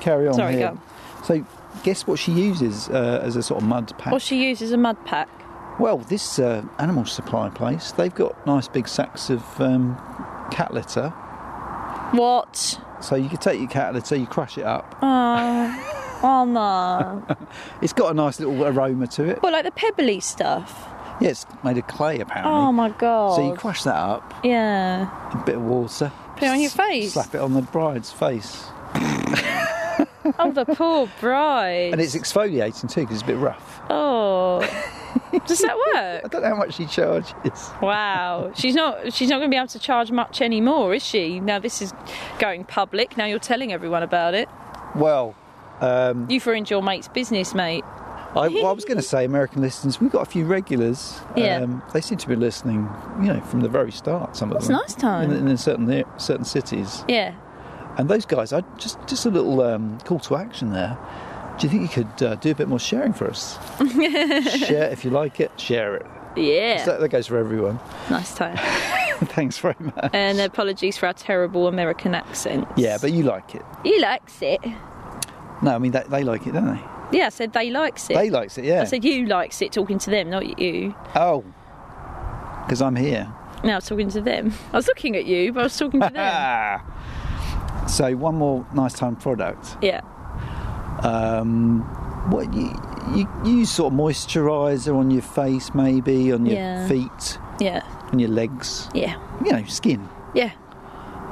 [SPEAKER 2] carry on
[SPEAKER 3] Sorry,
[SPEAKER 2] here?
[SPEAKER 3] go
[SPEAKER 2] So, guess what she uses uh, as a sort of mud pack?
[SPEAKER 3] What she uses a mud pack.
[SPEAKER 2] Well, this uh, animal supply place, they've got nice big sacks of um, cat litter.
[SPEAKER 3] What?
[SPEAKER 2] So you can take your cat litter, you crush it up.
[SPEAKER 3] Oh, oh no.
[SPEAKER 2] It's got a nice little aroma to it.
[SPEAKER 3] Well, like the pebbly stuff.
[SPEAKER 2] Yeah, it's made of clay apparently.
[SPEAKER 3] Oh my god.
[SPEAKER 2] So you crush that up,
[SPEAKER 3] Yeah.
[SPEAKER 2] a bit of water.
[SPEAKER 3] Put it on your
[SPEAKER 2] s-
[SPEAKER 3] face.
[SPEAKER 2] Slap it on the bride's face.
[SPEAKER 3] Oh, the poor bride.
[SPEAKER 2] And it's exfoliating too because it's a bit rough.
[SPEAKER 3] Oh. Does that
[SPEAKER 2] I
[SPEAKER 3] work?
[SPEAKER 2] don't know how much she charges.
[SPEAKER 3] Wow. She's not she's not going to be able to charge much anymore, is she? Now this is going public. Now you're telling everyone about it.
[SPEAKER 2] Well,
[SPEAKER 3] You for into your mate's business, mate.
[SPEAKER 2] I, well, I was going to say, American listeners, we've got a few regulars. Um,
[SPEAKER 3] Yeah.
[SPEAKER 2] they seem to be listening, you know, from the very start. Some of
[SPEAKER 3] That's
[SPEAKER 2] them.
[SPEAKER 3] nice time.
[SPEAKER 2] In, in certain ar- certain cities,
[SPEAKER 3] Yeah.
[SPEAKER 2] and those guys, I just just a little um, call to action there. Do you think you could uh, do a bit more sharing for us? share if you like it. Share it.
[SPEAKER 3] Yeah.
[SPEAKER 2] So that goes for everyone.
[SPEAKER 3] nice time.
[SPEAKER 2] Thanks very much.
[SPEAKER 3] and apologies for our terrible American accents.
[SPEAKER 2] Yeah, but you like it.
[SPEAKER 3] he likes it.
[SPEAKER 2] No, I mean they, they like it, don't they?
[SPEAKER 3] Yeah, I said they likes it.
[SPEAKER 2] They likes it. Yeah.
[SPEAKER 3] I said you likes it talking to them, not you.
[SPEAKER 2] oh, because I'm here.
[SPEAKER 3] No, I was talking to them. I was looking at you, but I was talking to them.
[SPEAKER 2] Ah. So one more nice time product.
[SPEAKER 3] yeah.
[SPEAKER 2] Um, what you, you you use sort of moisturiser on your face, maybe on your
[SPEAKER 3] Yeah.
[SPEAKER 2] feet,
[SPEAKER 3] Yeah.
[SPEAKER 2] on your legs.
[SPEAKER 3] Yeah.
[SPEAKER 2] You know, skin.
[SPEAKER 3] Yeah.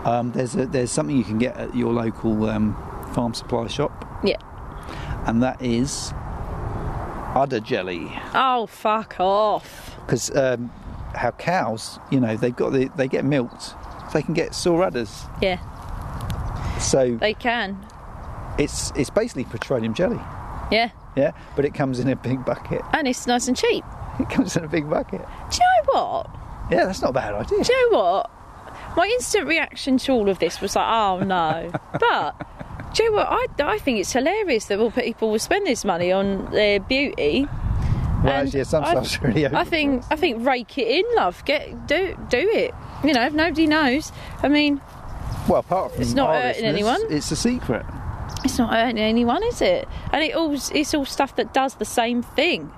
[SPEAKER 2] Um, there's a, there's something you can get at your local um, farm supply shop,
[SPEAKER 3] Yeah.
[SPEAKER 2] and that is udder jelly.
[SPEAKER 3] Oh, fuck off.
[SPEAKER 2] Because um, how cows, you know, they've got the, they get milked, so they can get sore udders.
[SPEAKER 3] Yeah,
[SPEAKER 2] So
[SPEAKER 3] they can.
[SPEAKER 2] it's it's basically petroleum jelly.
[SPEAKER 3] Yeah.
[SPEAKER 2] Yeah, but it comes in a big bucket.
[SPEAKER 3] And it's nice and cheap.
[SPEAKER 2] It comes in a big bucket.
[SPEAKER 3] Do you know what?
[SPEAKER 2] Yeah, that's not a bad idea.
[SPEAKER 3] Do you know what? My instant reaction to all of this was like, oh no. but do you know what? I, I think it's hilarious that all people will spend this money on their beauty.
[SPEAKER 2] Whereas,
[SPEAKER 3] And
[SPEAKER 2] yeah, some
[SPEAKER 3] I-
[SPEAKER 2] stuff's really over.
[SPEAKER 3] I think I think rake it in, love. Get do do it. You know, if nobody knows, I mean,
[SPEAKER 2] well, apart from
[SPEAKER 3] it's not
[SPEAKER 2] our
[SPEAKER 3] hurting
[SPEAKER 2] listeners,
[SPEAKER 3] anyone.
[SPEAKER 2] It's a secret.
[SPEAKER 3] it's not hurting anyone, is it? And it all it's all stuff that does the same thing.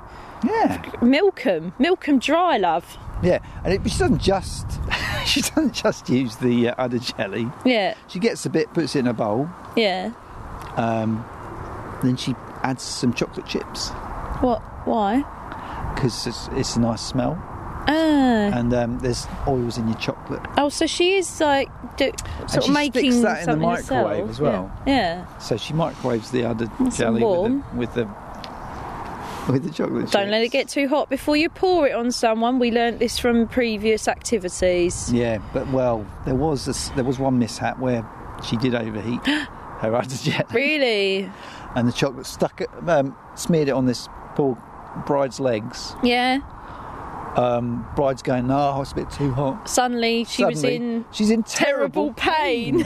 [SPEAKER 2] Yeah,
[SPEAKER 3] Milk 'em, milk 'em dry, love.
[SPEAKER 2] yeah, and it, she doesn't just she doesn't just use the uh, udder jelly.
[SPEAKER 3] Yeah,
[SPEAKER 2] She gets a bit, puts it in a bowl,
[SPEAKER 3] yeah.
[SPEAKER 2] um, then she adds some chocolate chips
[SPEAKER 3] What? Why?
[SPEAKER 2] because it's, it's a nice smell,
[SPEAKER 3] Ah.
[SPEAKER 2] and um, there's oils in your chocolate.
[SPEAKER 3] Oh, so she is like do, sort
[SPEAKER 2] she
[SPEAKER 3] of making
[SPEAKER 2] sticks that in the
[SPEAKER 3] something
[SPEAKER 2] microwave
[SPEAKER 3] herself.
[SPEAKER 2] as well.
[SPEAKER 3] Yeah.
[SPEAKER 2] So she microwaves the udder
[SPEAKER 3] Nice and
[SPEAKER 2] jelly
[SPEAKER 3] warm.
[SPEAKER 2] with the, with the with the chocolate
[SPEAKER 3] Don't let it
[SPEAKER 2] chips.
[SPEAKER 3] get too hot before you pour it on someone. We learnt this from previous activities.
[SPEAKER 2] Yeah, but well, there was this, there was one mishap where she did overheat her hydrogen,
[SPEAKER 3] Really?
[SPEAKER 2] and the chocolate stuck it, um, smeared it on this poor bride's legs.
[SPEAKER 3] Yeah.
[SPEAKER 2] Um, bride's going, no, it's a bit too hot.
[SPEAKER 3] Suddenly she was
[SPEAKER 2] Suddenly,
[SPEAKER 3] in
[SPEAKER 2] she's in terrible,
[SPEAKER 3] terrible pain.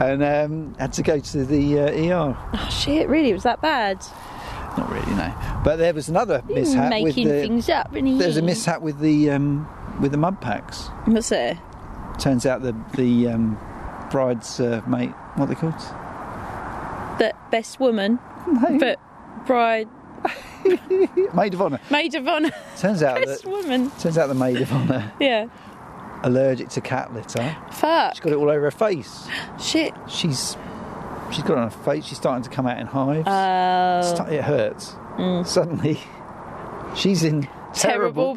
[SPEAKER 2] and um, had to go to the uh, ER.
[SPEAKER 3] oh shit! Really? Was that bad?
[SPEAKER 2] Not really, no. But there was another
[SPEAKER 3] You
[SPEAKER 2] mishap with
[SPEAKER 3] Hmm, making
[SPEAKER 2] the.
[SPEAKER 3] things up.
[SPEAKER 2] There was a mishap with the um, with the mud packs.
[SPEAKER 3] What's it?
[SPEAKER 2] Turns out the the um, bride's uh, mate, what are they called?
[SPEAKER 3] The best woman,
[SPEAKER 2] Mm-hmm.
[SPEAKER 3] but bride,
[SPEAKER 2] maid of honour.
[SPEAKER 3] maid of honor,
[SPEAKER 2] Turns out
[SPEAKER 3] best
[SPEAKER 2] that
[SPEAKER 3] woman.
[SPEAKER 2] turns out the maid of honour
[SPEAKER 3] Yeah.
[SPEAKER 2] allergic to cat litter. She's
[SPEAKER 3] Fuck.
[SPEAKER 2] got it all over her face.
[SPEAKER 3] Shit.
[SPEAKER 2] She's she's got it on her face. She's starting to come out in hives.
[SPEAKER 3] Oh. Mm.
[SPEAKER 2] Sta- it hurts. Suddenly, she's in
[SPEAKER 3] terrible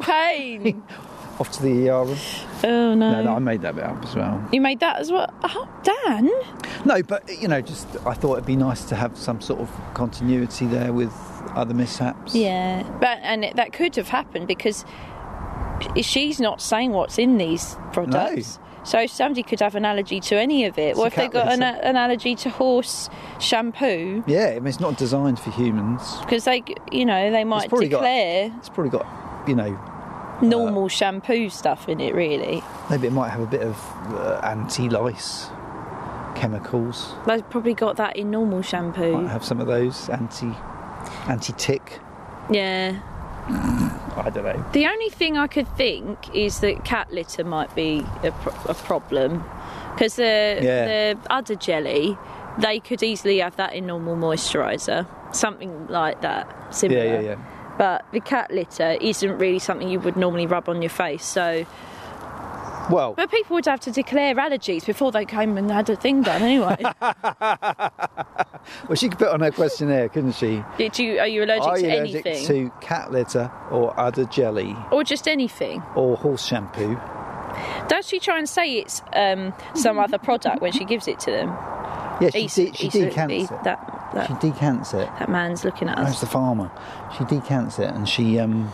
[SPEAKER 2] terrible.
[SPEAKER 3] pain.
[SPEAKER 2] Off to the ER room.
[SPEAKER 3] oh no.
[SPEAKER 2] No, no, I made that bit up as well.
[SPEAKER 3] You made that as well. Oh, Dan.
[SPEAKER 2] No, but you know, just I thought it'd be nice to have some sort of continuity there with other mishaps.
[SPEAKER 3] Yeah. But and it, that could have happened because she's not saying what's in these products. So somebody could have an allergy to any of it.
[SPEAKER 2] It's
[SPEAKER 3] well,
[SPEAKER 2] a
[SPEAKER 3] if they
[SPEAKER 2] cat
[SPEAKER 3] got an,
[SPEAKER 2] litter.
[SPEAKER 3] an allergy to horse shampoo,
[SPEAKER 2] Yeah, I mean, it's not designed for humans.
[SPEAKER 3] because they, you know, they might
[SPEAKER 2] probably got- uh,
[SPEAKER 3] declare
[SPEAKER 2] It's probably got, you know,
[SPEAKER 3] normal shampoo stuff in it. Really,
[SPEAKER 2] maybe it might have a bit of uh, anti-lice chemicals.
[SPEAKER 3] they've probably got that in normal shampoo.
[SPEAKER 2] Might have some of those anti anti-tick.
[SPEAKER 3] Yeah.
[SPEAKER 2] I don't know.
[SPEAKER 3] The only thing I could think is that cat litter might be a, pro- a problem because the
[SPEAKER 2] Yeah.
[SPEAKER 3] the udder jelly they could easily have that in normal moisturiser, something like that,
[SPEAKER 2] Yeah,
[SPEAKER 3] similar.
[SPEAKER 2] yeah, yeah.
[SPEAKER 3] But the cat litter isn't really something you would normally rub on your face, so
[SPEAKER 2] Well,
[SPEAKER 3] but people would have to declare allergies before they came and had a thing done anyway.
[SPEAKER 2] well, she could put on her questionnaire, couldn't she?
[SPEAKER 3] Did you are you allergic
[SPEAKER 2] Are you
[SPEAKER 3] to
[SPEAKER 2] allergic
[SPEAKER 3] anything
[SPEAKER 2] to cat litter or udder jelly
[SPEAKER 3] or just anything?
[SPEAKER 2] or horse shampoo?
[SPEAKER 3] Does she try and say it's um, some other product when she gives it to them?
[SPEAKER 2] Yeah, she,
[SPEAKER 3] He's-
[SPEAKER 2] de- she
[SPEAKER 3] he's- he-
[SPEAKER 2] decants it.
[SPEAKER 3] That,
[SPEAKER 2] She
[SPEAKER 3] that,
[SPEAKER 2] decants it.
[SPEAKER 3] that man's looking at
[SPEAKER 2] Where's
[SPEAKER 3] us.
[SPEAKER 2] the farmer? She decants it and she. um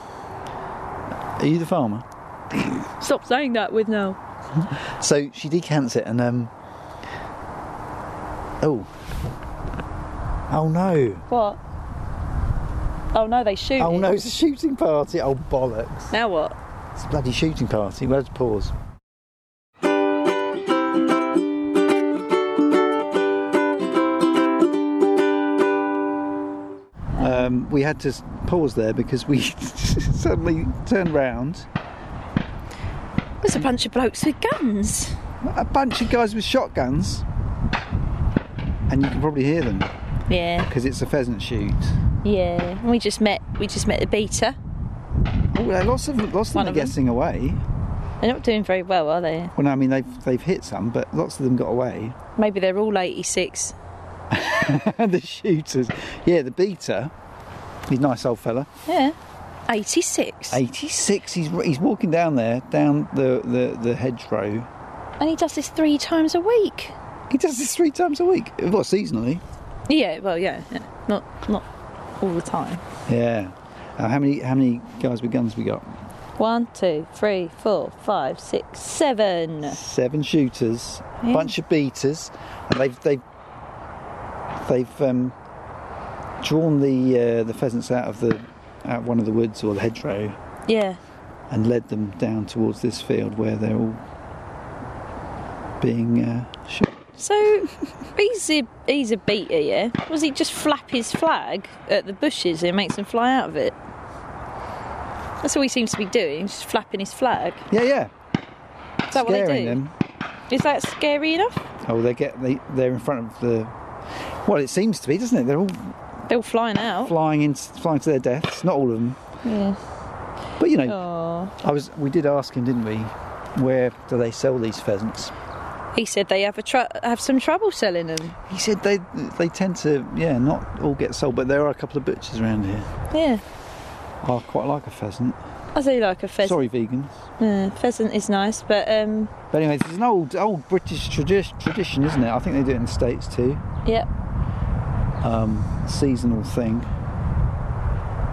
[SPEAKER 2] Are you the farmer?
[SPEAKER 3] Stop saying that with no.
[SPEAKER 2] So she decants it and. um Oh. Oh no.
[SPEAKER 3] What? Oh no, they shoot.
[SPEAKER 2] Oh
[SPEAKER 3] it.
[SPEAKER 2] no, it's a shooting party. Oh bollocks.
[SPEAKER 3] Now what?
[SPEAKER 2] It's a bloody shooting party. We'll have to pause. Um, we had to s- pause there because we suddenly turned round.
[SPEAKER 3] There's a bunch of blokes with guns.
[SPEAKER 2] a bunch of guys with shotguns, and you can probably hear them
[SPEAKER 3] Yeah,
[SPEAKER 2] because it's a pheasant shoot.
[SPEAKER 3] yeah. We just met. We just met the beta.
[SPEAKER 2] Oh, there are lots of lots of them
[SPEAKER 3] One
[SPEAKER 2] are
[SPEAKER 3] of them.
[SPEAKER 2] getting away.
[SPEAKER 3] They're not doing very well, are they?
[SPEAKER 2] Well, no, I mean they've they've hit some, but lots of them got away.
[SPEAKER 3] Maybe they're all 86.
[SPEAKER 2] And the shooters, yeah, the beater, he's a nice old fella.
[SPEAKER 3] Yeah, 86.
[SPEAKER 2] Eighty six. He's he's walking down there, down the the the hedgerow.
[SPEAKER 3] And he does this three times a week.
[SPEAKER 2] He does this three times a week. Well, seasonally.
[SPEAKER 3] Yeah, well, yeah, yeah. not not all the time.
[SPEAKER 2] Yeah. Uh, how many how many guys with guns we got?
[SPEAKER 3] One, two, three, four, five, six, seven.
[SPEAKER 2] seven shooters,
[SPEAKER 3] Yeah.
[SPEAKER 2] bunch of beaters, and they've they've they've um, drawn the uh, the pheasants out of the out one of the woods or the hedgerow
[SPEAKER 3] Yeah.
[SPEAKER 2] and led them down towards this field where they're all being uh, shot.
[SPEAKER 3] So he's a he's a beater, yeah. Was he just flap his flag at the bushes and it makes them fly out of it? That's all he seems to be doing, just flapping his flag.
[SPEAKER 2] Yeah, yeah,
[SPEAKER 3] Is that what they
[SPEAKER 2] scaring
[SPEAKER 3] do?
[SPEAKER 2] them.
[SPEAKER 3] Is that scary enough?
[SPEAKER 2] Oh, they get they they're in front of the. Well, it seems to be, doesn't it? They're all
[SPEAKER 3] They're all flying out.
[SPEAKER 2] flying in, flying to their deaths. Not all of them,
[SPEAKER 3] Yeah.
[SPEAKER 2] but you know,
[SPEAKER 3] Oh.
[SPEAKER 2] I was. We did ask him, didn't we? Where do they sell these pheasants?
[SPEAKER 3] He said they have a tr- have some trouble selling them.
[SPEAKER 2] He said they they tend to yeah not all get sold, but there are a couple of butchers around here.
[SPEAKER 3] Yeah.
[SPEAKER 2] I quite like a pheasant.
[SPEAKER 3] I do like a pheasant.
[SPEAKER 2] Sorry, vegans.
[SPEAKER 3] Yeah, pheasant is nice, but um,
[SPEAKER 2] But anyway, it's an old old British tradi- tradition, isn't it? I think they do it in the states too.
[SPEAKER 3] yeah.
[SPEAKER 2] um, seasonal thing.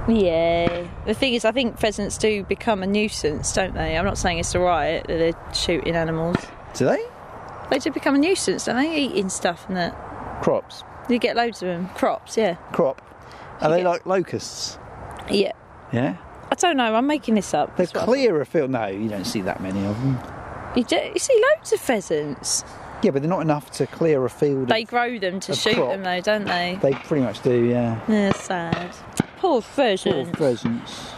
[SPEAKER 3] Yeah. The thing is, I think pheasants do become a nuisance, don't they? I'm not saying it's a riot that they're shooting animals.
[SPEAKER 2] Do they?
[SPEAKER 3] They do become a nuisance, don't they? Eating stuff and that.
[SPEAKER 2] Crops.
[SPEAKER 3] You get loads of them. Crops, yeah.
[SPEAKER 2] Crop. Are they
[SPEAKER 3] Yeah.
[SPEAKER 2] like locusts?
[SPEAKER 3] Yeah.
[SPEAKER 2] Yeah.
[SPEAKER 3] I don't know, I'm making this up.
[SPEAKER 2] They're
[SPEAKER 3] That's what I-
[SPEAKER 2] clear afield. No, you don't see that many of them.
[SPEAKER 3] You, do, you see loads of pheasants.
[SPEAKER 2] Yeah, but they're not enough to clear a field.
[SPEAKER 3] They
[SPEAKER 2] of,
[SPEAKER 3] grow them to
[SPEAKER 2] Of
[SPEAKER 3] shoot
[SPEAKER 2] crop.
[SPEAKER 3] them, though, don't they?
[SPEAKER 2] they pretty much do, yeah.
[SPEAKER 3] Yeah, sad.
[SPEAKER 2] Poor
[SPEAKER 3] Poor pheasants.
[SPEAKER 2] pheasants.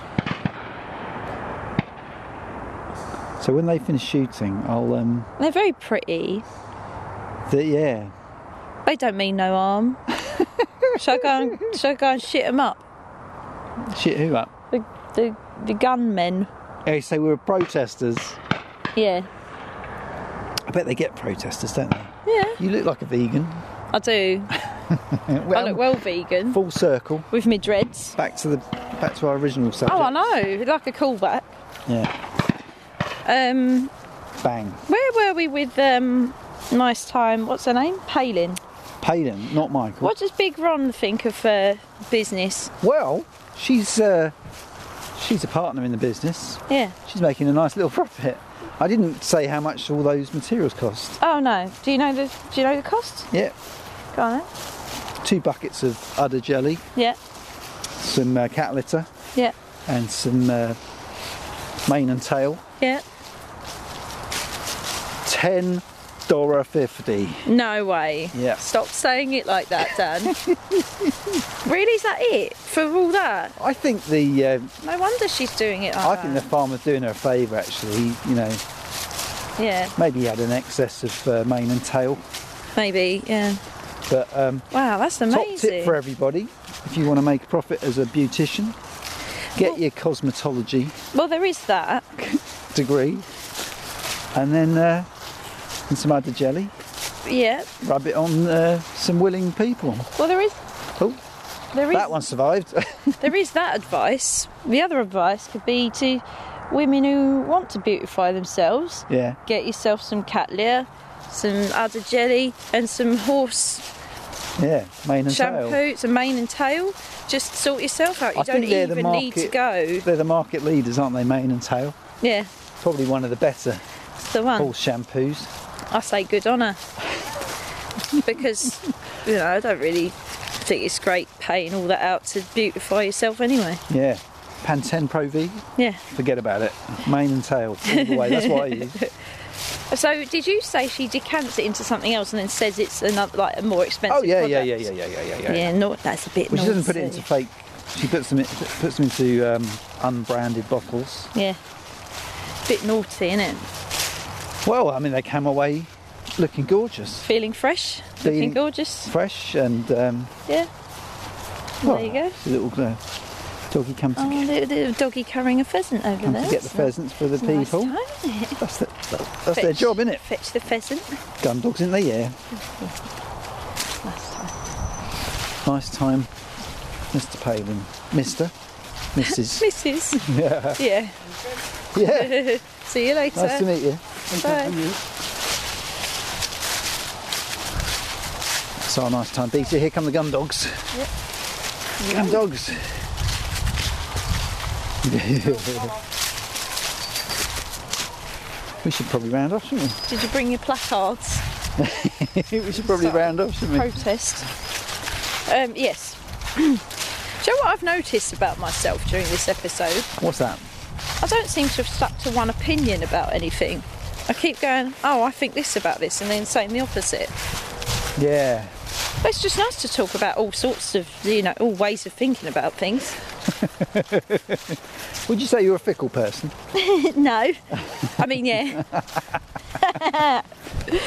[SPEAKER 2] So when they finish shooting, I'll um,
[SPEAKER 3] They're very pretty.
[SPEAKER 2] the, yeah,
[SPEAKER 3] They don't mean no harm. shall, I go and, shall I go and shit them up?
[SPEAKER 2] shit who uh? up?
[SPEAKER 3] The, the, the gunmen.
[SPEAKER 2] Hey, so we were protesters.
[SPEAKER 3] Yeah.
[SPEAKER 2] I bet they get protesters, don't they?
[SPEAKER 3] Yeah.
[SPEAKER 2] You look like a vegan.
[SPEAKER 3] I do.
[SPEAKER 2] Yeah,
[SPEAKER 3] I
[SPEAKER 2] well, um,
[SPEAKER 3] look well vegan
[SPEAKER 2] Full circle,
[SPEAKER 3] with my dreads.
[SPEAKER 2] back to the back to our original subject.
[SPEAKER 3] Oh, I know. Like a callback.
[SPEAKER 2] Yeah,
[SPEAKER 3] Um,
[SPEAKER 2] bang.
[SPEAKER 3] where were we with um, nice time? What's her name? Palin.
[SPEAKER 2] Palin, not Michael.
[SPEAKER 3] What does Big Ron think of uh, business?
[SPEAKER 2] Well, she's uh, she's a partner in the business.
[SPEAKER 3] Yeah.
[SPEAKER 2] She's making a nice little profit. I didn't say how much all those materials cost.
[SPEAKER 3] Oh no. Do you know the Do you know the cost?
[SPEAKER 2] Yeah,
[SPEAKER 3] Go on. Then.
[SPEAKER 2] two buckets of udder jelly,
[SPEAKER 3] Yeah.
[SPEAKER 2] some uh, cat litter,
[SPEAKER 3] Yeah.
[SPEAKER 2] and some uh, mane and tail.
[SPEAKER 3] Yeah.
[SPEAKER 2] Ten dollar fifty.
[SPEAKER 3] No way.
[SPEAKER 2] Yeah.
[SPEAKER 3] Stop saying it like that, Dan. really, is that it for all that?
[SPEAKER 2] I think the uh,
[SPEAKER 3] No wonder she's doing it. Like
[SPEAKER 2] I think the
[SPEAKER 3] that.
[SPEAKER 2] farmer's doing her a favour actually. He, you know,
[SPEAKER 3] Yeah.
[SPEAKER 2] maybe he had an excess of uh, mane and tail,
[SPEAKER 3] Maybe. Yeah.
[SPEAKER 2] but um,
[SPEAKER 3] Wow, that's amazing.
[SPEAKER 2] top tip for everybody if you want to make a profit as a beautician. Get your cosmetology
[SPEAKER 3] well, there is that.
[SPEAKER 2] degree, and then uh, and some udder jelly.
[SPEAKER 3] Yeah.
[SPEAKER 2] Rub it on uh, some willing people.
[SPEAKER 3] Well, there is.
[SPEAKER 2] Oh,
[SPEAKER 3] There is.
[SPEAKER 2] that one survived.
[SPEAKER 3] There is that advice. The other advice could be to women who want to beautify themselves.
[SPEAKER 2] yeah.
[SPEAKER 3] Get yourself some cat litter, some udder jelly, and some horse
[SPEAKER 2] Yeah, mane and
[SPEAKER 3] shampoo,
[SPEAKER 2] tail.
[SPEAKER 3] some mane and tail. Just sort yourself out. You
[SPEAKER 2] I
[SPEAKER 3] don't
[SPEAKER 2] think they're
[SPEAKER 3] even
[SPEAKER 2] the
[SPEAKER 3] need to
[SPEAKER 2] market-
[SPEAKER 3] go.
[SPEAKER 2] They're the market leaders, aren't they? Mane and tail.
[SPEAKER 3] Yeah,
[SPEAKER 2] Probably one of the better
[SPEAKER 3] it's the one.
[SPEAKER 2] horse shampoos.
[SPEAKER 3] I say good on her because you know I don't really think it's great paying all that out to beautify yourself anyway.
[SPEAKER 2] Yeah. Pantene Pro V.
[SPEAKER 3] Yeah.
[SPEAKER 2] Forget about it. Mane and tail all the way. That's what I use.
[SPEAKER 3] So did you say she decants it into something else and then says it's another like a more expensive?
[SPEAKER 2] Oh yeah, yeah,
[SPEAKER 3] product?
[SPEAKER 2] yeah, yeah, yeah, yeah, yeah, yeah.
[SPEAKER 3] Yeah, no, that's a bit.
[SPEAKER 2] Well, she doesn't put it
[SPEAKER 3] naughty.
[SPEAKER 2] into fake. She puts them in, puts them into um, unbranded bottles.
[SPEAKER 3] Yeah, bit naughty, isn't it?
[SPEAKER 2] Well, I mean, they came away looking gorgeous,
[SPEAKER 3] Feeling fresh,
[SPEAKER 2] Feeling-
[SPEAKER 3] looking gorgeous.
[SPEAKER 2] fresh, and um,
[SPEAKER 3] Yeah.
[SPEAKER 2] well,
[SPEAKER 3] there you go.
[SPEAKER 2] it's a little uh, doggy come to,
[SPEAKER 3] Oh, little, little doggy carrying a pheasant over
[SPEAKER 2] come
[SPEAKER 3] there.
[SPEAKER 2] to get the
[SPEAKER 3] That's
[SPEAKER 2] pheasants for the
[SPEAKER 3] nice
[SPEAKER 2] people.
[SPEAKER 3] time, isn't it?
[SPEAKER 2] That's, the, that's their
[SPEAKER 3] Fetch-
[SPEAKER 2] job, isn't it?
[SPEAKER 3] Fetch the pheasant.
[SPEAKER 2] Gun dogs, isn't they? Yeah.
[SPEAKER 3] Nice time.
[SPEAKER 2] Nice time, Mr. Palin, Mister, Mrs.
[SPEAKER 3] Mrs. Yeah.
[SPEAKER 2] yeah.
[SPEAKER 3] See you later.
[SPEAKER 2] Nice to meet you.
[SPEAKER 3] Bye.
[SPEAKER 2] So a nice time, Peter. Here come the gun dogs. Gun dogs. we should probably round off, shouldn't
[SPEAKER 3] Did you bring your placards?
[SPEAKER 2] we? we should probably
[SPEAKER 3] Sorry.
[SPEAKER 2] round off, shouldn't we?
[SPEAKER 3] Protest. Um, yes. Do you know what I've noticed about myself during this episode?
[SPEAKER 2] What's that?
[SPEAKER 3] I don't seem to have stuck to one opinion about anything. I keep going, oh, I think this about this, and then saying the opposite.
[SPEAKER 2] Yeah.
[SPEAKER 3] But it's just nice to talk about all sorts of, you know, all ways of thinking about things.
[SPEAKER 2] Would you say you're a fickle person?
[SPEAKER 3] no. I mean, yeah.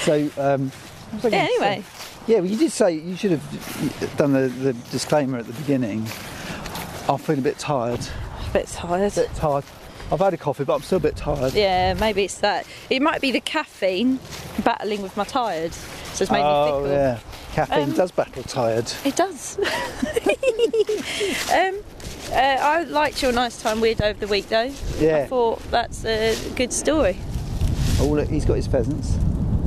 [SPEAKER 2] So, um, what was I
[SPEAKER 3] yeah
[SPEAKER 2] gonna say?
[SPEAKER 3] anyway.
[SPEAKER 2] Yeah, well, you did say you should have done the, the disclaimer at the beginning. I feel a bit tired.
[SPEAKER 3] A bit tired.
[SPEAKER 2] bit tired. I've had a coffee, but I'm still a bit tired.
[SPEAKER 3] Yeah, maybe it's that. It might be the caffeine battling with my tired. So it's made
[SPEAKER 2] oh,
[SPEAKER 3] me fickle.
[SPEAKER 2] yeah. Caffeine
[SPEAKER 3] Um,
[SPEAKER 2] does battle tired.
[SPEAKER 3] It does. um, uh, I liked your nice time weird over the week though. I
[SPEAKER 2] Yeah.
[SPEAKER 3] thought that's a good story.
[SPEAKER 2] Oh, look, he's got his pheasants.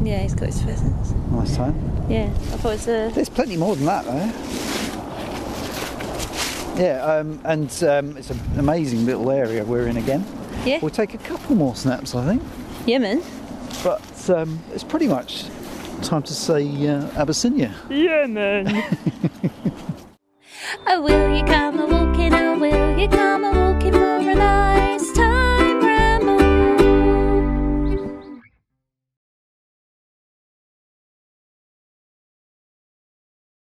[SPEAKER 3] Yeah, he's got his pheasants.
[SPEAKER 2] Nice time.
[SPEAKER 3] Yeah, I thought it was a.
[SPEAKER 2] There's plenty more than that, though. Yeah, um, and um, it's an amazing little area we're in again.
[SPEAKER 3] Yeah,
[SPEAKER 2] We'll take a couple more snaps, I think.
[SPEAKER 3] Yemen.
[SPEAKER 2] But um, it's pretty much time to say uh, Abyssinia.
[SPEAKER 3] Yemen.
[SPEAKER 1] Oh, will Oh,